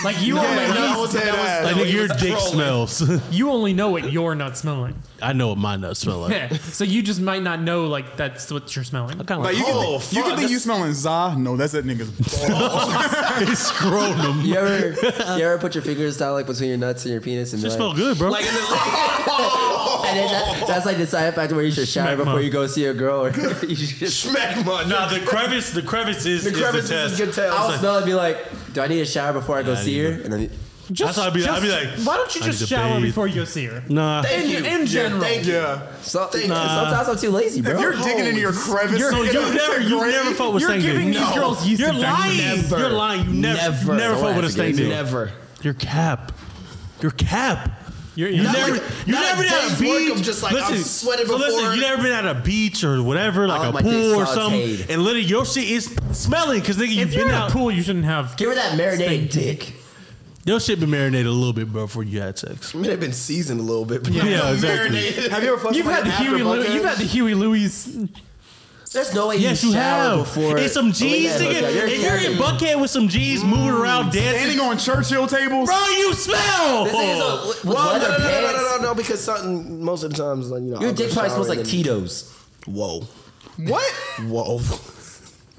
S6: Like you
S2: Yeah,
S6: only
S2: that
S6: know,
S2: was- that
S3: I
S2: was-
S3: think your dick smells.
S6: you only know what your nuts smell like.
S3: I know what my nuts smell like.
S6: Yeah. So you just might not know like that's what you're smelling.
S3: Kind of
S2: Like,
S3: like,
S2: you could
S4: Oh,
S2: think, you, could
S4: fuck.
S2: think you smelling za. No, that's that nigga's balls.
S3: it's scrotum.
S5: You ever, you ever put your fingers down like between your nuts and your penis and be
S3: It
S5: like,
S3: smell good, bro.
S4: Like, in the-
S5: and then that, that's like the side factor where you should shower
S3: Smack 'em
S5: before
S3: up.
S5: you go see a girl. Or you should,
S4: smack my
S3: nah, the crevice, the crevice is
S4: The
S3: is
S4: crevice
S3: the test.
S4: is a good
S5: I'll
S4: tell.
S5: smell and be like, do I need a shower before I go
S3: Yeah, I
S5: see
S3: need
S5: her? And then
S3: That's how I'd be, I'd be like,
S6: why don't you
S3: I need
S6: just
S3: to
S6: shower
S3: bathe.
S6: before you go see her?
S3: Nah,
S6: In,
S4: you.
S6: in general,
S4: Thank you.
S2: yeah.
S5: so,
S4: Thank-
S5: sometimes I'm too lazy, bro.
S2: If you're digging into your crevice,
S3: so you
S2: nigga, that's
S3: never,
S2: a
S3: you
S2: great-
S3: never fought with
S6: you're
S3: stank dick.
S6: giving these
S4: No.
S6: girls yeast
S3: You're
S6: infections.
S3: lying.
S5: Never.
S3: You're lying. You never,
S5: Never.
S3: you never
S5: Don't
S3: fought with a
S5: ask again.
S3: stank dick.
S4: Never.
S3: Your cap. Your cap.
S6: You're,
S3: You
S6: you're-
S3: never,
S4: like-
S3: you
S4: not
S3: never
S4: a
S3: been at a
S4: day's work
S3: beach.
S4: of just, like, I'm sweating
S3: so
S4: before. Oh,
S3: listen, you never been at a beach or whatever, like
S5: want
S3: a
S5: my dick
S3: pool or something,
S5: sauteed.
S3: and literally your shit is smelling because nigga, you've
S6: if you're
S3: been
S6: in a
S3: out.
S6: pool, you shouldn't have.
S5: Give her that marinade,
S6: Stink.
S5: dick.
S3: Your shit been marinated a little bit, bro, before you had sex.
S4: I mean, they've been seasoned a little bit. But
S3: Yeah, exactly.
S4: Marinated.
S2: Have you ever fucked
S6: You've had
S2: somebody
S6: the
S2: after
S6: Huey Louis.
S2: buckhead?
S6: You've had the Huey Louis.
S5: There's no way
S3: Yes, you
S5: shower
S3: have.
S5: before.
S3: And some G's,
S5: Oh, yeah,
S3: nigga.
S5: look, yeah,
S3: If you're in Buckhead with some G's moving around
S2: standing
S3: dancing,
S2: on Churchill tables.
S3: bro, you
S5: This nigga's a-
S3: smell. Oh,
S5: with
S4: Well, Oh. no, no, no,
S5: leather
S4: no, no,
S5: pants.
S4: no, no, no, because something most of the times, like you know,
S5: Your
S4: I'll
S5: dick
S4: go
S5: probably
S4: shower
S5: smells like
S4: and then-
S5: Tito's.
S4: Whoa,
S2: What?
S4: whoa,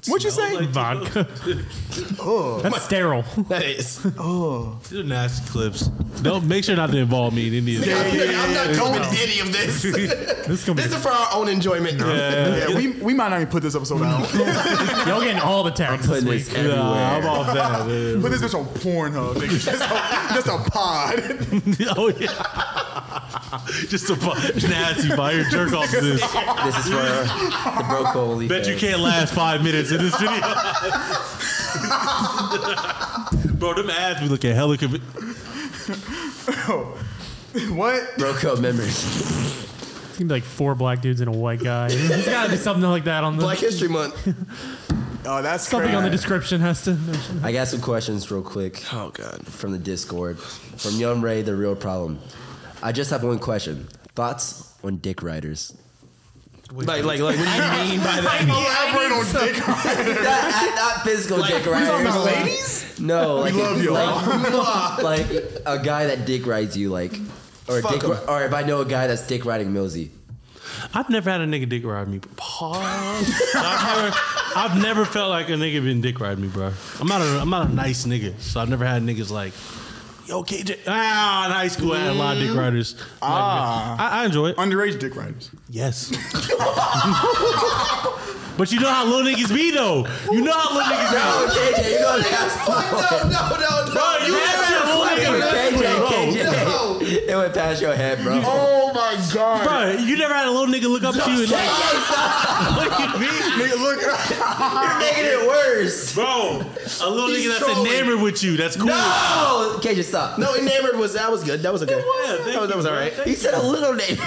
S2: What you say?
S6: Vodka. That's sterile.
S4: that is.
S3: These are nasty clips. Don't make sure not to involve me in any of this.
S4: I'm not going to any of this.
S6: This is gonna
S4: this
S6: be.
S4: is for our own enjoyment.
S2: Yeah, we, we might not even put this episode out.
S6: Y'all getting all the tags this
S5: Putting
S6: week.
S5: this everywhere.
S3: Nah, I'm off that. man.
S2: Put this bitch on Pornhub, nigga. That's a, that's a pod.
S3: oh yeah. Just a fu- nasty fire jerk off this.
S5: This is for the broke only.
S3: Bet you can't last five minutes in this video. Bro, them ads be looking hella conv-
S2: What?
S5: Broco members.
S6: It's gonna be like four black dudes and a white guy. There's gotta be something like that on the.
S4: Black History Month.
S2: Oh, that's
S6: something on the
S2: crazy.
S6: description has to. mention.
S5: I got some questions real quick
S4: Oh God.
S5: from the Discord from Young Ray, the real problem. I just have one question. Thoughts on dick riders?
S4: Like, like, like. What do you mean by
S2: Elaborate
S4: that?
S2: on dick
S5: not, not physical dick riders.
S2: about ladies?
S5: No, like,
S2: love you.
S5: Like, like a guy that dick rides you, like, or a
S4: Fuck
S5: dick,
S4: him.
S5: ri- or if I know a guy that's dick riding Millsy.
S3: I've never had a nigga dick ride me. Pause. I've, never, I've never felt like a nigga been dick ride me, bro. I'm not a I'm not a nice nigga, so I've never had niggas like, yo, KJ. Ah, in high school, I had a lot of dick riders.
S2: Ah.
S3: I, I enjoy it.
S2: Underage dick riders.
S3: Yes. but you know how little niggas be though. You know how little niggas be.
S5: KJ, you know
S4: That's fucked up. No, no, no.
S3: Bro, you had that little nigga.
S5: KJ,
S4: No.
S5: KJ. It went past your head, bro.
S4: Oh my God.
S3: Bro, you never had a little nigga look up to you and like, what do you mean?
S2: Nigga, look.
S5: You're making it worse.
S3: Bro, a little
S4: He's
S3: nigga that's
S4: trolling.
S3: enamored with you. That's cool.
S5: No! KJ, stop.
S4: No, enamored was that was good. That was okay.
S3: Yeah, thank
S4: that was, that was
S3: you,
S4: all
S3: bro.
S4: right.
S5: He said a little name.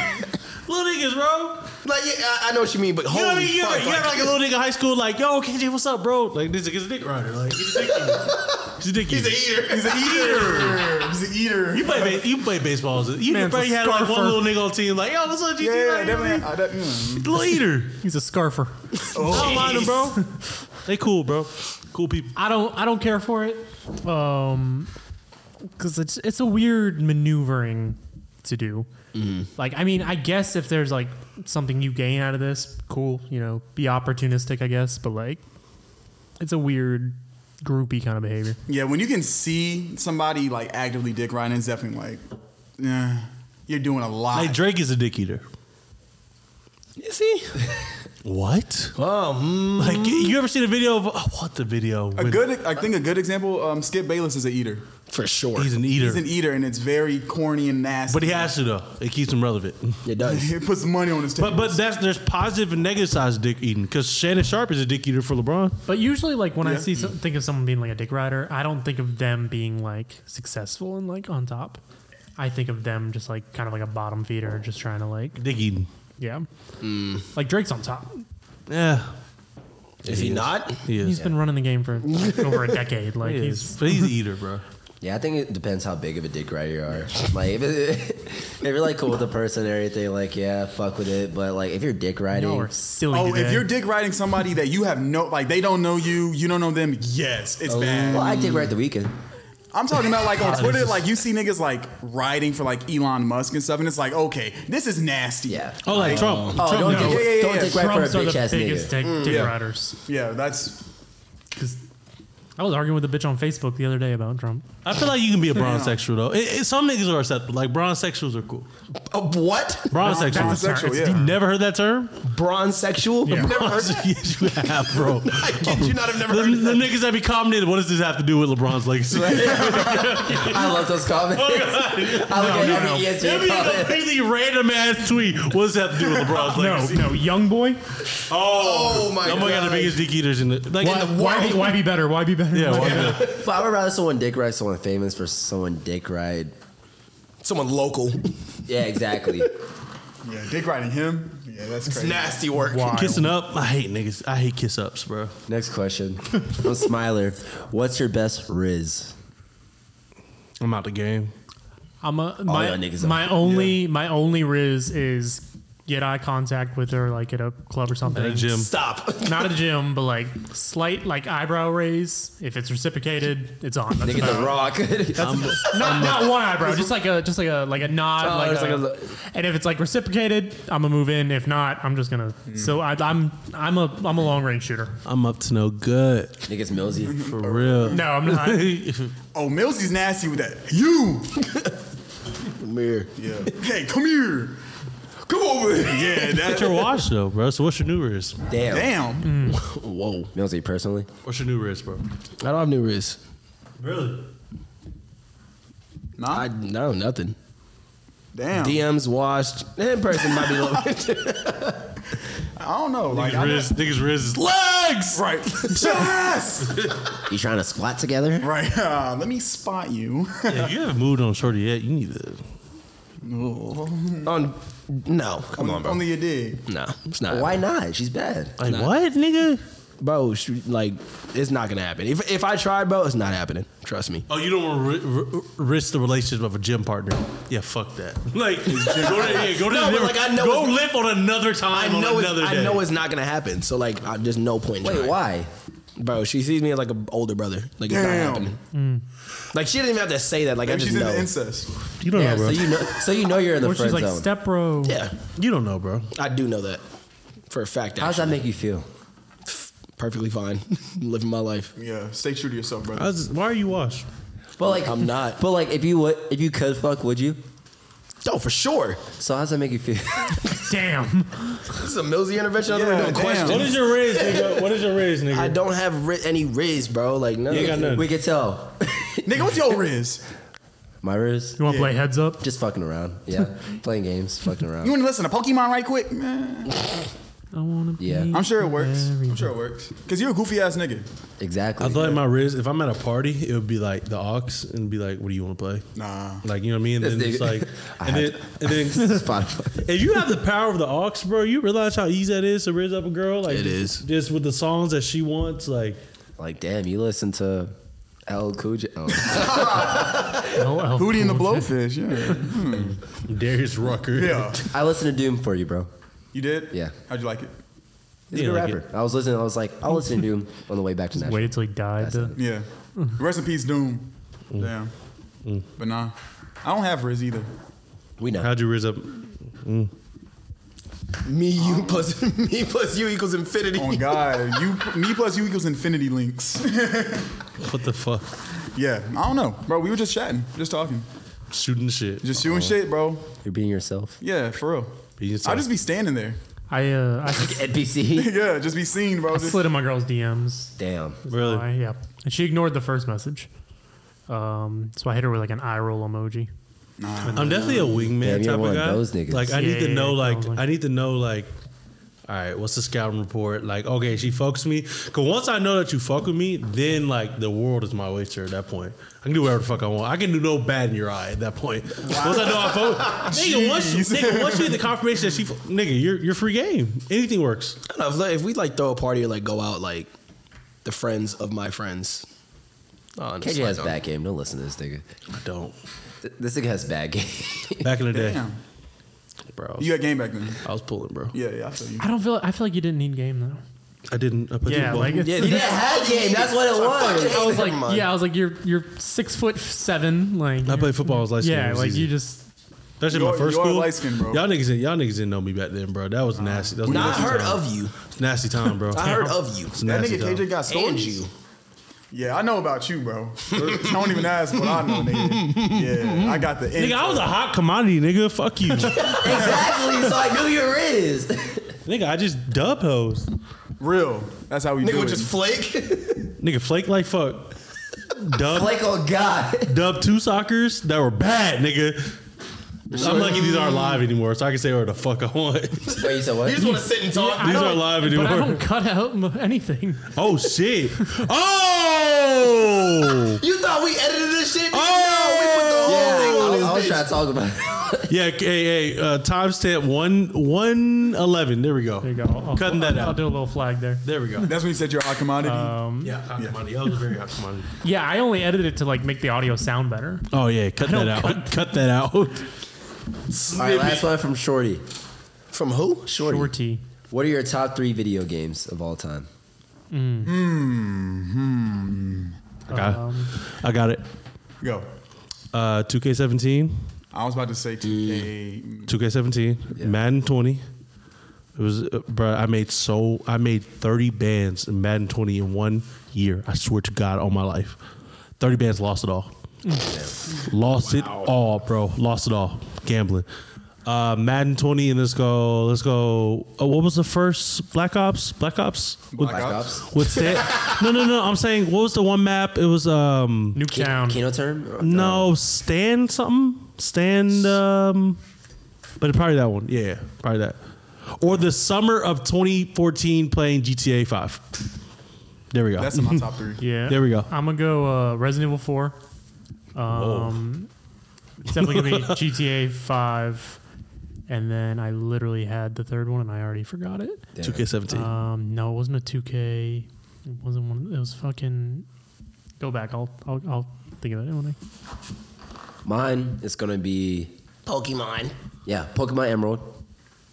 S3: Little niggas, bro.
S4: Like, yeah, I, I know what you mean, but
S3: You
S4: holy
S3: know what I mean? You're,
S4: fuck!
S3: you're
S4: like,
S3: like a little nigga in high school, like, yo, KJ, what's up, bro? Like, this nigga's a dick rider. Like, he's a dick eater. He's a dick eater.
S2: He's an eater. He's an eater.
S3: You play, ba- you play baseball. as a- You
S6: Man's a
S3: probably had like one
S6: scarfer.
S3: little nigga on the team, like, yo, what's up, GT?
S2: Yeah,
S3: like, you know what I
S2: definitely.
S3: mean?
S2: I- that- mm.
S3: Little eater.
S6: He's a scarfer.
S3: I don't mind him, bro. They cool, bro. Cool people.
S6: I don't I don't care for it. Um cuz it's it's a weird maneuvering to do. Like I mean, I guess if there's like something you gain out of this, cool, you know, be opportunistic, I guess, but like it's a weird groupie kind of behavior.
S2: Yeah, when you can see somebody like actively dick riding, it's definitely like, yeah, you're doing a lot.
S3: Like, Drake is a dick eater.
S4: is he?
S3: What?
S4: Oh, mm,
S3: Like, you ever seen a video of, oh, what the video?
S2: a good, I think a good example. Um, Skip Bayless is an eater.
S4: for sure.
S3: He's an eater.
S2: He's an eater, and it's very corny and nasty.
S3: but he has to, though. It keeps him relevant.
S4: it does.
S2: He puts money on his table.
S3: But but that's there's positive and negative sides of dick eating because Shannon Sharp is a dick eater for LeBron.
S6: But usually like when I see some, think of someone being like a dick rider, I don't think of them being like successful and like on top. I think of them just like kind of like a bottom feeder just trying to like
S3: Dick eating.
S6: yeah. Like Drake's on top.
S3: Yeah,
S4: Is he not?
S3: he is.
S6: He's been running the game for like, over a decade. Like
S3: He is.
S6: he's
S3: But he's an eater, bro.
S5: Yeah, I think it depends how big of a dick rider you are. Like, if, it, if you're like cool with the person and everything, like yeah, fuck with it. But like, if you're dick riding,
S6: Y'all are silly.
S2: oh, if
S6: today.
S2: you're dick riding somebody that you have no, like they don't know you, you don't know them. Yes,
S6: Oh.
S2: it's bad.
S5: well, I dick ride the weekend.
S2: I'm talking about like on Twitter, like you see niggas like riding for like Elon Musk and stuff, and it's like, okay, this is nasty.
S5: Yeah.
S3: Oh, like Trump.
S5: Oh, don't,
S3: Trump.
S5: dick,
S3: no.
S2: yeah, yeah,
S5: don't
S2: yeah.
S5: dick ride
S6: Trumps
S5: for a
S6: are
S5: bitch
S6: the
S5: ass
S6: biggest
S5: nigga.
S6: dick, dick
S2: yeah.
S6: riders.
S2: yeah, that's
S6: 'Cause I was arguing with a bitch on Facebook the other day about Trump.
S3: I feel like you can be a bronze sexual though. It, it- some niggas are acceptable. Like bronze sexuals are cool.
S4: Uh, what?
S3: Bronze
S2: that's
S3: sexuals.
S2: sexual.
S6: it's
S2: Yeah,
S3: You never heard that term?
S4: Bronze sexual?
S2: never heard that.
S3: yes, you have, bro.
S4: I kid you not. I've never
S3: The,
S4: heard of
S3: the
S4: that.
S3: niggas that be commenting, what does this have to do with LeBron's legacy?
S5: I love those comments. I look at every E ESPN
S3: It'd be a
S5: comment.
S3: completely random ass tweet. What does that have to do with LeBron's legacy?
S6: no, young boy.
S3: Oh,
S4: Oh my
S3: Oh my god, the
S4: God.
S3: biggest dick eaters in the like in the
S6: Why be, why be better? Why be better?
S3: Yeah,
S6: Why-
S3: why not?
S5: But I would rather someone dick ride someone famous for someone dick ride.
S4: Someone local.
S5: Yeah, exactly.
S2: yeah, dick riding him. Yeah, that's
S4: It's
S2: crazy.
S4: nasty work.
S3: Kissing up, I hate niggas. I hate kiss ups, bro.
S5: Next question. I'm Smiler. What's your best Riz?
S3: I'm out the game.
S6: I'm a, my,
S5: y'all niggas are-
S6: my only my only riz is get eye contact with her like at a club or something.
S3: At a gym.
S4: Stop.
S6: Not at a gym, but like slight like eyebrow raise. If it's reciprocated, it's on. That's
S5: Nigga
S6: about it.
S5: The Rock. Um,
S6: Not, not one eyebrow, just like a just like a like a nod,
S5: Oh,
S6: like,
S5: just
S6: a,
S5: like a look.
S6: and if it's like reciprocated, I'm gonna move in. If not, I'm just gonna.
S5: Hmm.
S6: So I, I'm I'm a I'm a long range shooter.
S3: I'm up to no good.
S5: Niggas Millsy.
S3: For real.
S6: No, I'm not.
S2: Oh, Millsy's nasty with that. You.
S5: Mirror.
S2: Yeah. hey, come here.
S4: Come over here.
S2: Yeah,
S3: That's
S2: that's
S3: your watch though, bro. So what's your new wrist?
S5: Damn.
S2: damn.
S4: Whoa.
S5: Millsy personally.
S3: What's your new wrist, bro?
S4: I don't have new wrists.
S3: Really?
S2: Nah,
S4: I know nothing.
S2: damn.
S4: DMs washed. In person might be low.
S2: I don't know. Like,
S3: Niggas
S2: I
S3: wrist, niggas wrist is
S2: legs. Right. yes.
S5: You trying to squat together?
S2: Right. Uh, let me spot you.
S3: Yeah, you haven't moved on shorty yet. You need to.
S4: on, no, come on, bro.
S2: Only you did.
S4: no, it's not.
S5: Why not? She's bad.
S3: Like what, nigga?
S4: bro? sh- Like, it's not gonna happen. If if I try, bro, it's not happening. Trust me.
S3: Oh, you don't want to ri- ri- risk the relationship of a gym partner. Yeah, fuck that. Like, go to, yeah, go to
S4: No,
S3: the
S4: but,
S3: gym.
S4: like, I know
S3: go
S4: it's-
S3: live on another time
S4: I know,
S3: on
S4: it's,
S3: another day.
S4: I know it's not gonna happen. So like, I, there's no point. In
S5: Wait,
S4: trying.
S5: why?
S4: bro? She sees me as like an older brother. Like, it's
S2: Damn.
S4: not happening.
S5: Hmm.
S4: Like, she didn't even have to say that. Like, I
S2: Maybe
S4: just
S2: she's
S4: know.
S2: into incest.
S3: you don't
S5: Yeah,
S3: know, bro.
S5: so
S3: you,
S5: you know so you know you're in the
S6: Or
S5: friend
S6: she's like
S5: zone.
S6: step bro.
S4: yeah,
S3: don't know, bro.
S4: I do know that for a fact.
S5: How does that
S4: actually.
S5: make you feel?
S4: Perfectly fine. Living my life.
S2: Yeah. Stay true to yourself, brother.
S3: I was- why are you washed?
S5: But like
S4: I'm not.
S5: But like if you would if you could fuck, would you?
S4: Oh, for sure.
S5: So how does that make you feel?
S6: Damn.
S4: This is a Millsy intervention.
S2: Yeah,
S4: Yeah, no
S2: damn.
S4: question.
S2: What
S3: is your riz, nigga? What is your riz, nigga?
S4: I don't have ri- any riz, bro. Like no.
S3: ain't got none.
S5: we could tell.
S2: Nigga, what's your riz?
S5: My wrist.
S6: You want to play heads up?
S5: Just fucking around. Yeah. Playing games, fucking
S2: You
S5: around.
S2: want to listen to Pokemon right quick? Man.
S6: I wanna be.
S5: Yeah.
S2: I'm sure it works. I'm sure it works. Cause you're a goofy ass nigga.
S5: Exactly.
S3: I feel like my Riz, if I'm at a party, it would be like the ox and be like, what do you want to play?
S2: Nah.
S3: Like, you know what I mean? And then
S5: This
S3: it's
S5: nigga-
S3: like,
S5: I
S3: and
S5: had
S3: then, and then
S5: Spotify.
S3: if you have the power of the ox, bro, you realize how easy that is to Riz up a girl? Like,
S4: It is.
S3: Just with the songs that she wants, like,
S5: Like, damn, you listen to L. Cool J. Oh,
S6: Oh,
S2: Hootie and the
S6: cool.
S2: Blowfish. Yeah. Hmm.
S3: Darius Rucker.
S2: yeah.
S5: I listened to Doom for you, bro.
S2: You did?
S5: Yeah.
S2: How'd you like it?
S5: He's
S3: You
S5: a good
S3: like
S5: rapper. I was listening. I was like, I'll listen to Doom on the way back to Nashville.
S6: Waited till he died.
S5: That's
S6: to-
S2: Yeah. Rest in peace, Doom. Damn. But nah. I don't have Riz either.
S5: We know.
S3: How'd you Riz up?
S4: Me, you plus me plus you equals infinity.
S2: Oh God, you me plus you equals infinity links.
S3: What the fuck?
S2: yeah, I don't know, bro. We were just chatting, just talking,
S3: Shooting shit.
S2: just shooting shit, bro.
S5: You're being yourself.
S2: Yeah, for real.
S3: Be yourself.
S2: I just be standing there.
S6: I uh, I,
S5: NPC.
S2: yeah, just be seen, bro.
S6: I
S2: Just-
S6: slid in my girl's DMs.
S5: Damn.
S3: Really?
S6: Why, yeah. And she ignored the first message. Um, so I hit her with like an eye roll emoji.
S3: I'm definitely a
S5: Damn,
S3: wingman
S5: you're
S3: type
S5: one
S3: of
S5: of
S3: guy.
S5: those niggas.
S3: Like I need to
S6: Yeah,
S3: know, like
S6: probably.
S3: I need to know, like, all right, what's the scouting report? Like, okay, she fucks me. Cause once I know that you fuck with me, then like the world is my oyster. At that point, I can do whatever the fuck I want. I can do no bad in your eye. At that point, once I know I fuck, with nigga, once you,
S2: Jeez.
S3: nigga, once you get the confirmation that she, fu- nigga, you're you're free game. Anything works.
S4: I don't know, if, like, if we like throw a party or like go out, like the friends of my friends. Oh, and it's
S5: KJ
S4: like,
S5: has
S4: um,
S5: bad game. Don't listen to this nigga.
S3: I don't.
S5: Th- This nigga has bad game.
S3: Back in the day,
S2: Damn.
S3: bro, I was,
S2: You got game back then.
S3: I was pulling, bro.
S2: Yeah, yeah, I feel you.
S6: I don't feel. I feel like you didn't need game though.
S3: I didn't. I put
S6: Yeah,
S3: you-
S6: like it's,
S5: He didn't have game. That's what it was.
S6: I was like, yeah, I was like, you're you're six foot seven, like
S3: I played football. I was light
S6: yeah,
S3: skinned.
S6: like you just
S3: That's in
S2: You
S3: my
S2: are-
S3: first
S2: you are
S3: school.
S2: light-skinned, bro.
S3: Y'all niggas, didn't- y'all niggas didn't know me back then, bro. That was nasty. That was
S4: Nah, I
S3: nasty
S4: heard
S3: time.
S4: of you.
S3: It's nasty time, bro.
S4: I heard of you.
S3: It's
S2: That
S3: nasty
S2: nigga KJ
S3: time.
S2: got
S4: And
S2: stories.
S4: you.
S2: Yeah, I know about you, bro. don't even ask what I know, nigga. Yeah, I got the.
S3: Nigga, I was a hot commodity, nigga. Fuck you, nigga.
S5: exactly. So I knew your is.
S3: I just dub hoes,
S2: real. That's how we
S4: Nigga
S2: do it.
S4: would just flake.
S3: nigga. Flake like fuck. Dub,
S5: Blake, oh God.
S3: dub two sockers that were bad, nigga. I'm lucky these aren't live anymore, so I can say whatever the fuck I want.
S5: Wait, you said what?
S4: You just want to sit and talk.
S6: I
S3: These
S6: don't-
S3: aren't live
S6: But I
S3: anymore.
S6: don't cut out m- anything.
S3: oh shit! Oh,
S4: You thought we edited this shit?
S5: yeah,
S4: Oh, no,
S5: I,
S4: we put the whole thing on this
S5: I was
S4: bitch.
S5: trying to talk about it.
S3: yeah. Hey, hey. Uh, timestamp one one eleven. There we go.
S6: There you go. I'll,
S3: Cutting
S6: I'll-
S3: that
S6: I'll
S3: out.
S6: do a little flag there.
S3: There we go.
S2: That's when you said you're a commodity.
S6: Uh,
S3: Yeah, hot commodity. I was very hot commodity.
S6: Yeah, I only edited it to like make the audio sound better.
S3: Oh yeah, cut
S6: I
S3: that
S6: don't
S3: out.
S6: cut-
S3: Cut, that out.
S5: All right, last one from Shorty.
S4: From who?
S5: Shorty.
S6: Shorty.
S5: What are your top three video games of all time?
S3: I got, Um, I got it.
S2: Go.
S3: Uh, 2K17,
S2: I was about to say 2K.
S3: 2K17, Madden 20. It was, uh, bro. I made so I made 30 bands in Madden 20 in one year. I swear to God, all my life, 30 bands lost it all. lost it all, bro. Lost it all. Gambling. Uh, Madden 20, and let's go. Let's go. Oh, what was the first Black Ops? Black Ops. With-
S2: Black
S5: Ops?
S3: with Sam. no, no, no. I'm saying what was the one map? It was um
S6: Nuke Town.
S5: Kino term?
S3: no stand something stand um, but probably that one. Yeah, probably that. Or the summer of 2014 playing GTA 5. There we go.
S2: That's in my top three.
S6: Yeah.
S3: There we go.
S6: I'm gonna go uh, Resident Evil Four. Um, it's definitely gonna be GTA Five, and then I literally had the third one and I already forgot it.
S3: 2K17.
S4: Uh,
S6: Um, no, it wasn't a 2K. It wasn't one. It was fucking. Go back. I'll I'll, I'll think of it when I.
S5: Mine is gonna be
S4: Pokemon.
S5: yeah, Pokemon Emerald.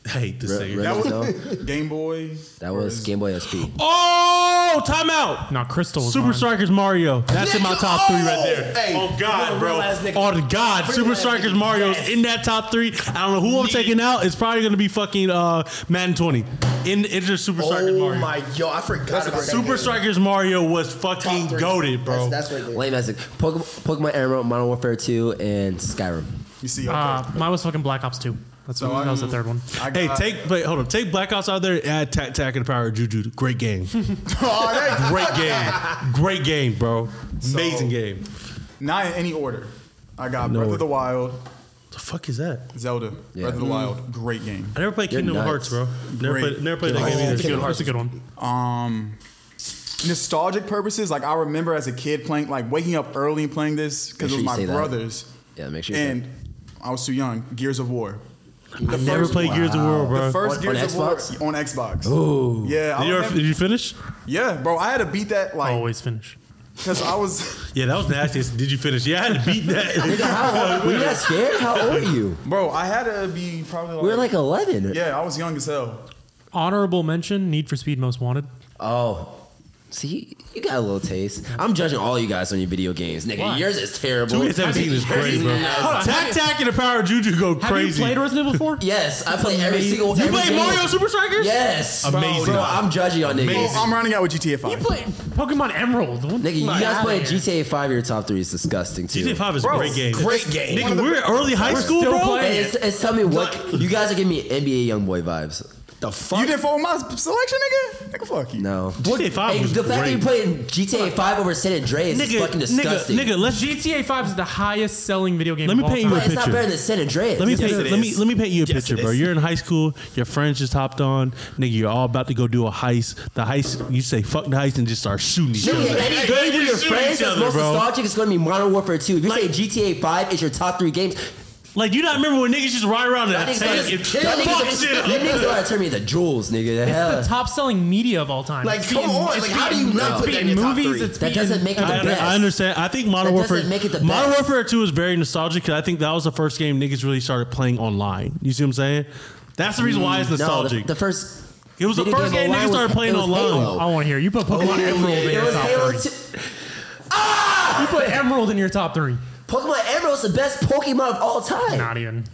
S3: I hate this
S5: Re-
S3: thing.
S5: Re-
S2: That
S5: Hotel.
S2: was Game Boy.
S5: That was Game Boy SP.
S3: oh, timeout.
S6: Not Crystal. Was
S3: Super
S6: mine.
S3: Strikers Mario. That's in my top three right there.
S4: Hey,
S3: oh
S4: real-
S3: God, bro.
S4: real-ass nigga.
S3: On God, Super
S4: Real-ass
S3: Strikers
S4: nigga.
S3: Mario's
S4: Yes.
S3: in that top three. I don't know who I'm taking out. It's probably gonna be fucking uh, Madden 20. In enter Super Strikers
S4: Oh
S3: Mario.
S4: my yo, I forgot about that
S3: Super
S4: game.
S3: Strikers Mario was fucking
S4: three.
S3: goaded, bro.
S4: That's, that's what
S5: Lame as a Pokemon, Pokemon Emerald, Modern Warfare 2, and Skyrim.
S2: You see, okay.
S6: Uh, mine was fucking Black Ops Two. That's
S2: So
S6: what, that
S2: I'm-
S6: was the third one.
S2: I
S3: Hey,
S2: got-
S3: take wait, hold on. Take blackouts out there. and Add Tack Tack and the Power of Juju. Great game.
S2: Oh, that-
S3: Great game. Great game, bro. Amazing game.
S2: Not in any order. I got
S3: No
S2: Breath
S3: order.
S2: of the Wild,
S3: The fuck is that?
S2: Zelda, Breath of the Wild, great game.
S3: I never played Kingdom
S5: nuts.
S3: Hearts, bro. Never
S2: Great.
S3: played, never played that game
S6: It's a
S3: either.
S6: good one. It's a good one.
S2: Um, nostalgic purposes, like I remember as a kid playing, like waking up early and playing this because
S5: Make sure
S2: it
S5: you
S2: was
S5: say
S2: my
S5: that.
S2: brothers.
S5: Yeah, make sure you say
S2: And I was too young. Gears of War.
S3: I never played Gears of War, bro.
S2: The first
S5: On-
S2: Gears
S5: on
S2: of
S5: Xbox?
S2: War on Xbox. Ooh. Yeah. I
S3: did, you ever-
S2: remember-
S3: did you finish?
S2: yeah, bro. I had to beat that like
S6: Always finish.
S2: because I was,
S3: Yeah, that was nasty. Did you finish? Yeah, I had to beat that.
S5: How old, were you not scared? How old are you?
S2: bro. I had to be probably like,
S5: We were like 11.
S2: yeah. I was young as hell.
S6: Honorable mention: Need for Speed Most Wanted.
S5: Oh. See, you got a little taste. I'm judging all you guys on your video games, nigga.
S6: Why?
S5: Yours is terrible.
S3: Two seventeen is great, bro. Tac Tac and the Power of Juju go
S6: Have
S3: crazy.
S6: you played Resident Evil 4?
S5: Yes, I play every single.
S3: You
S5: every
S3: played
S5: single-
S3: Mario Super Strikers?
S5: Yes,
S3: Amazing.
S5: Bro, I'm judging y'all niggas.
S2: Oh, I'm running out with GTA Five.
S6: Play Pokemon Emerald. What
S5: Nigga, you
S6: the
S5: guys
S6: fuck?
S5: played GTA 5 your top three is disgusting too.
S3: GTA Five is a great game.
S4: Great game.
S3: Nigga, we're in early high school,
S6: still
S3: bro.
S6: playing.
S5: Hey, it's, it's tell me what you guys are giving me NBA YoungBoy vibes.
S4: The
S2: You
S4: fuck?
S2: didn't follow my selection, nigga. Nigga, fuck you.
S5: No,
S3: GTA Five
S5: Hey,
S3: was
S5: the fact that you
S3: great.
S5: played GTA 5 over San Andreas is
S3: Nigga,
S5: fucking
S3: nigga,
S5: disgusting.
S3: nigga, let's
S6: GTA 5 is the highest selling video game.
S3: Let me
S6: of all
S3: paint you
S6: time.
S5: But
S3: a
S5: it's not
S3: picture.
S5: better than San Andreas.
S3: Let me
S5: Yes,
S3: paint,
S5: it
S3: let me
S5: is.
S3: let me paint you a
S4: Yes,
S3: picture,
S4: it
S3: bro.
S4: is.
S3: You're in high school. Your friends just hopped on, nigga. You're all about to go do a heist. The heist, you say fuck the heist and just start shooting each
S5: Nigga,
S3: other.
S5: any
S3: Don't
S5: game
S3: even
S5: with your
S3: shoot
S5: friends
S3: each
S5: that's
S3: other,
S5: most
S3: bro.
S5: nostalgic is going to be Modern Warfare 2. If you say GTA 5 is your top three games,
S3: Like you not remember when niggas just ride around in
S5: that
S3: a
S5: niggas
S3: tank and
S5: that niggas-
S3: fuck shit
S5: you
S3: up.
S5: niggas want to turn me into jewels, nigga. The hell.
S6: It's the top selling media of all time.
S4: Like,
S6: It's
S4: come
S6: beating-
S4: on,
S6: it's
S4: like, how do
S6: beating-
S4: you not
S6: it's
S4: put that in
S6: beating
S4: your top
S6: movies,
S4: three?
S6: It's
S5: That
S6: beating-
S5: doesn't make it
S3: I,
S5: the best.
S3: I understand. I think Modern
S5: That
S3: Warfare,
S5: doesn't make it the
S3: Modern
S5: best.
S3: Warfare Two is very nostalgic because I think that was the first game niggas really started playing online. You see what I'm saying? That's the reason why it's
S5: Mm, No, the,
S3: nostalgic.
S5: the first.
S3: it was the
S5: video
S3: first
S5: game
S3: game
S5: online
S3: niggas
S5: was-
S3: started playing
S5: it was
S3: online.
S5: Halo.
S6: I want to hear you put Pokemon Emerald in
S5: It
S6: your
S5: was
S6: top
S5: Halo
S6: three.
S5: 2.
S6: You put Emerald in your top three.
S5: Pokemon Emerald's the best Pokemon of all time.
S6: Not even.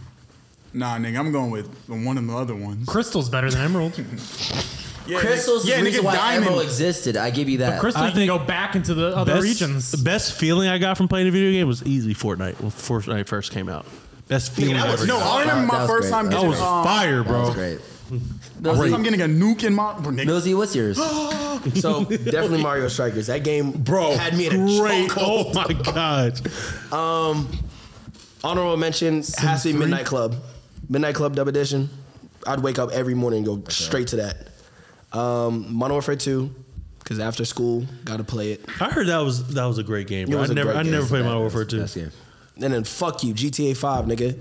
S2: Nah, nigga, I'm going with one of the other ones.
S6: Crystal's better than Emerald.
S2: Yeah,
S5: Crystals
S2: nigga.
S5: is
S2: yeah,
S5: the reason
S2: nigga,
S5: why Emerald
S2: diamond.
S5: existed. I give you that.
S6: Crystal,
S3: I
S6: you can
S3: think
S6: go back into the other
S3: best,
S6: regions.
S3: The best feeling I got from playing a video game was easily Fortnite when Fortnite first came out. Best feeling I ever.
S2: No,
S3: got.
S2: I remember
S5: That
S2: my
S5: was
S2: first
S5: great.
S2: time
S5: That
S3: that
S2: getting
S3: was
S2: um,
S3: fire,
S5: That was
S3: bro.
S5: great.
S2: First
S5: Millsy,
S2: time getting a nuke in my. Bro, nigga,
S5: Millsy, what's yours?
S4: So definitely Mario Strikers. That game,
S3: Bro,
S4: had me in a
S3: great.
S4: chokehold.
S3: Oh my god.
S4: Honorable mention has to be Midnight Club. Midnight Club Dub Edition. I'd wake up every morning and go straight to that. Um, Modern Warfare 2, because after school, gotta play it.
S3: I heard that was that was a great game. Bro. I
S4: was a
S3: never
S4: great
S3: I
S4: game.
S3: never played Modern
S5: That's
S3: Warfare
S5: the
S3: two.
S5: best game.
S4: And then fuck you, GTA 5, nigga.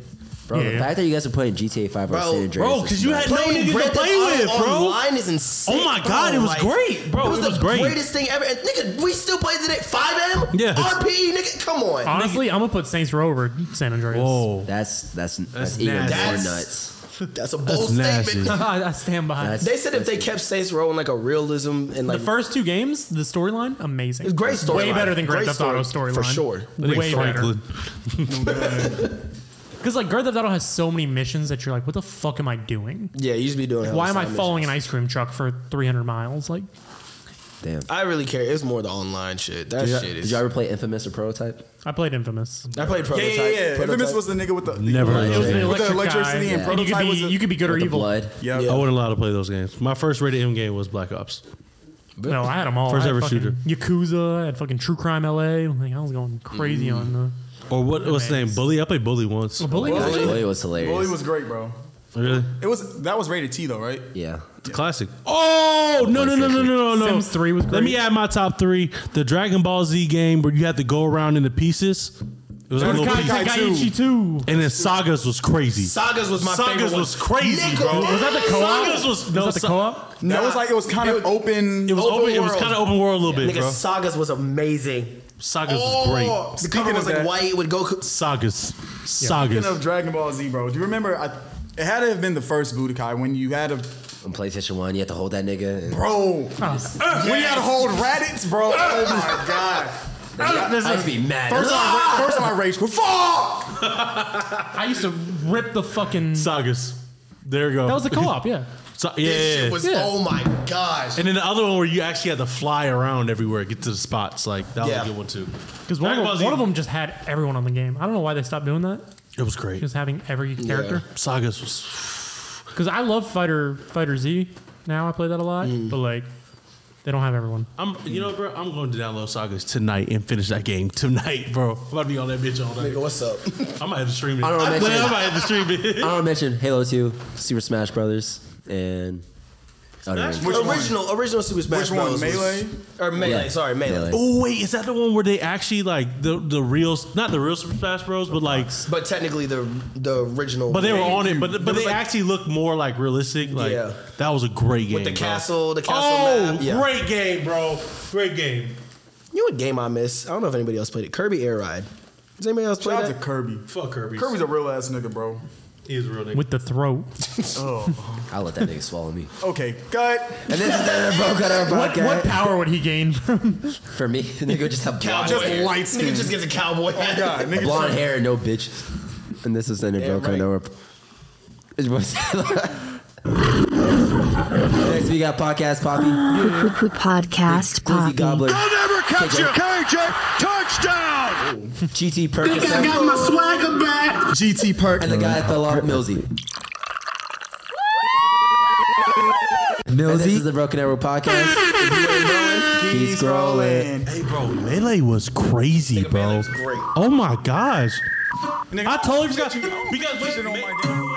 S5: Bro, the
S6: Yeah.
S5: fact that you guys are playing GTA 5 or
S4: Bro,
S5: San Andreas.
S3: Bro,
S5: is
S3: because you
S5: nuts.
S3: had no nigga to
S4: Grand Theft
S3: play
S4: Auto
S3: with, bro.
S4: Online is insane.
S3: Oh my
S4: bro.
S3: God, it was
S4: Like,
S3: great, bro.
S4: It was,
S3: It was
S4: the
S3: great.
S4: greatest thing ever. And nigga, we still play today. 5M?
S3: Yeah.
S4: RP, nigga, come on.
S6: Honestly, I'm gonna put Saints Row over San Andreas.
S3: Whoa.
S5: That's that's that's,
S3: That's
S5: even
S3: nasty.
S5: more
S4: That's-
S5: nuts.
S4: That's a bold
S3: nasty.
S4: statement.
S6: I stand behind.
S5: That's-
S4: They said if they kept Saints Row in like a realism and like
S6: the first two games, the storyline, amazing.
S4: It's great story.
S6: Way better than Grand Theft Auto storyline.
S4: For sure.
S3: I think
S6: Way better.
S3: Franklin.
S6: Because like Grand Theft Auto has so many missions that you're like, what the fuck am I doing?
S4: Yeah, you should be doing hella
S6: Why am I
S4: side
S6: following an
S4: missions.
S6: ice cream truck for 300 miles? Like,
S5: Damn.
S4: I really care. It's more the online shit. That shit
S5: Did
S4: is.
S5: you ever play Infamous or Prototype?
S6: I played Infamous.
S4: I played
S2: Yeah,
S4: prototype.
S2: yeah, yeah.
S4: Prototype.
S2: Infamous was the nigga with the.
S3: Never heard
S6: It
S3: of those
S6: was the
S3: games.
S2: With the
S6: electric
S2: electricity
S6: guy,
S2: and
S6: and you could
S2: prototype
S6: be
S2: was a-
S6: you could be good or
S5: With the
S6: evil.
S5: blood.
S2: Yeah.
S4: Yeah.
S3: I wasn't allowed to play those games. My first rated M game was Black Ops.
S6: No, I had them all.
S3: First
S6: I had
S3: ever
S6: fucking
S3: shooter.
S6: Yakuza. I had fucking True Crime LA. Like I was going crazy on the
S3: Or what was his name?
S6: Nice. Oh,
S3: Bully? I played Bully once.
S2: Bully.
S6: bully. guy.
S5: Bully was hilarious.
S2: Bully was great, bro.
S3: Really?
S2: It was that was rated T though, right?
S5: yeah.
S3: It's classic. Oh no no no no no no no!
S6: Sims 3 was
S3: Let
S6: great.
S3: me add my top three: the Dragon Ball Z game where you had to go around in the pieces. It was like a
S2: Dragon
S3: little
S2: Ball
S3: piece.
S2: Z.
S6: Gaiichi 2.
S3: And then Sagas was crazy.
S4: Sagas was my
S3: Sagas
S4: favorite.
S3: was crazy, bro.
S4: Was that the
S6: co-op?
S3: Sagas was no
S6: Was that
S3: Sa-
S6: the co-op?
S2: That was like it was kind of open.
S3: It was open. it was
S4: world.
S3: kind of open world a little bit,
S4: Nigga,
S3: bro.
S4: Sagas was amazing.
S3: Sagas was great.
S4: The
S2: Speaking
S4: cover
S2: of
S4: was like
S2: that-
S4: white with Goku.
S3: Sagas,
S2: Speaking of
S3: Sagas.
S2: Dragon Ball Z, bro. Do you remember? I, it had to have been the first Budokai when you had a
S5: On PlayStation 1, you had to hold that nigga. and-
S2: bro. When you had to hold Raditz, bro. Oh my god.
S5: I used to be mad.
S2: First time, I, ra- first time I raged. quit. Fuck.
S6: I used to rip the fucking.
S3: Sagas. There you go.
S6: That was the co-op, yeah.
S3: Sa- yeah,
S4: This
S3: yeah,
S4: shit
S3: yeah.
S4: was.
S6: Yeah.
S4: Oh my gosh.
S3: And then the other one where you actually had to fly around everywhere, get to the spots. Like that
S4: Yeah.
S3: was a good one too.
S6: Because one,
S3: Dragon
S6: of
S3: Ball
S6: them-
S3: Z-
S6: one of them just had everyone on the game. I don't know why they stopped doing that.
S3: It was great.
S6: Just having every character.
S3: Sagas was
S6: Mm. Because I love Fighter Fighter Z. Now I play that a lot, but like They don't have everyone.
S3: I'm, you know, bro, I'm going to download sagas tonight and finish that game tonight, bro. I'm about to be on that bitch all night.
S4: Nigga, what's up?
S3: I might have to stream it.
S5: I don't know,
S3: I,
S5: man.
S3: might have to stream it.
S5: I want to mention Halo 2, Super Smash Brothers, and Outer Range.
S2: Which one?
S4: original, original Super Smash
S2: Which one?
S4: Bros. was-
S2: Melee?
S4: or melee?
S5: Yeah.
S4: Sorry, melee.
S5: Melee.
S3: oh wait, is that the one where they actually like the the real, not the real Super Smash Bros, but like,
S4: But technically, the the original.
S3: but they were on it, but
S4: There
S3: but
S4: was
S3: they
S4: like-
S3: actually look more like realistic. Like
S4: Yeah.
S3: that was a great game.
S4: the
S3: bro.
S4: castle, the castle
S3: Oh,
S4: map, yeah.
S3: great game, bro. Great game.
S4: You know what game I miss? I don't know if anybody else played it. Kirby Air Ride. Does anybody else play
S2: Shout out to
S4: that?
S2: Kirby.
S3: Fuck Kirby.
S2: Kirby's a real ass nigga, bro.
S3: He's a real nigga.
S6: With the throat.
S5: I'll let that nigga swallow me.
S2: Okay, cut.
S5: And this is the Bro Cutter
S6: What,
S5: podcast.
S6: what power would he gain from?
S5: For me, nigga just have blonde,
S2: Just
S5: hair.
S2: light skin.
S4: Nigga just gets a cowboy hat.
S2: Oh God, nigga.
S5: blonde hair and no bitch. And this is the Bro
S4: Damn
S5: Cutter. It was- Next we got podcast Poppy.
S9: Poo Poo Podcast
S5: Glizzy
S9: Poppy.
S5: Goblin.
S8: They'll never catch
S5: Take
S8: you,
S5: it.
S8: Kerry Jake. Touchdown!
S5: GT
S7: Think I
S5: Perkins.
S7: got my swagger back.
S2: GT perk.
S5: And the guy that fell off Millsy. And this is the Broken Arrow podcast. Keep scrolling.
S2: Hey,
S3: Bro, Melee was crazy, bro.
S4: Great.
S3: Oh my gosh.
S2: nigga,
S3: I totally forgot
S2: you.
S3: because
S2: Pushing on my game.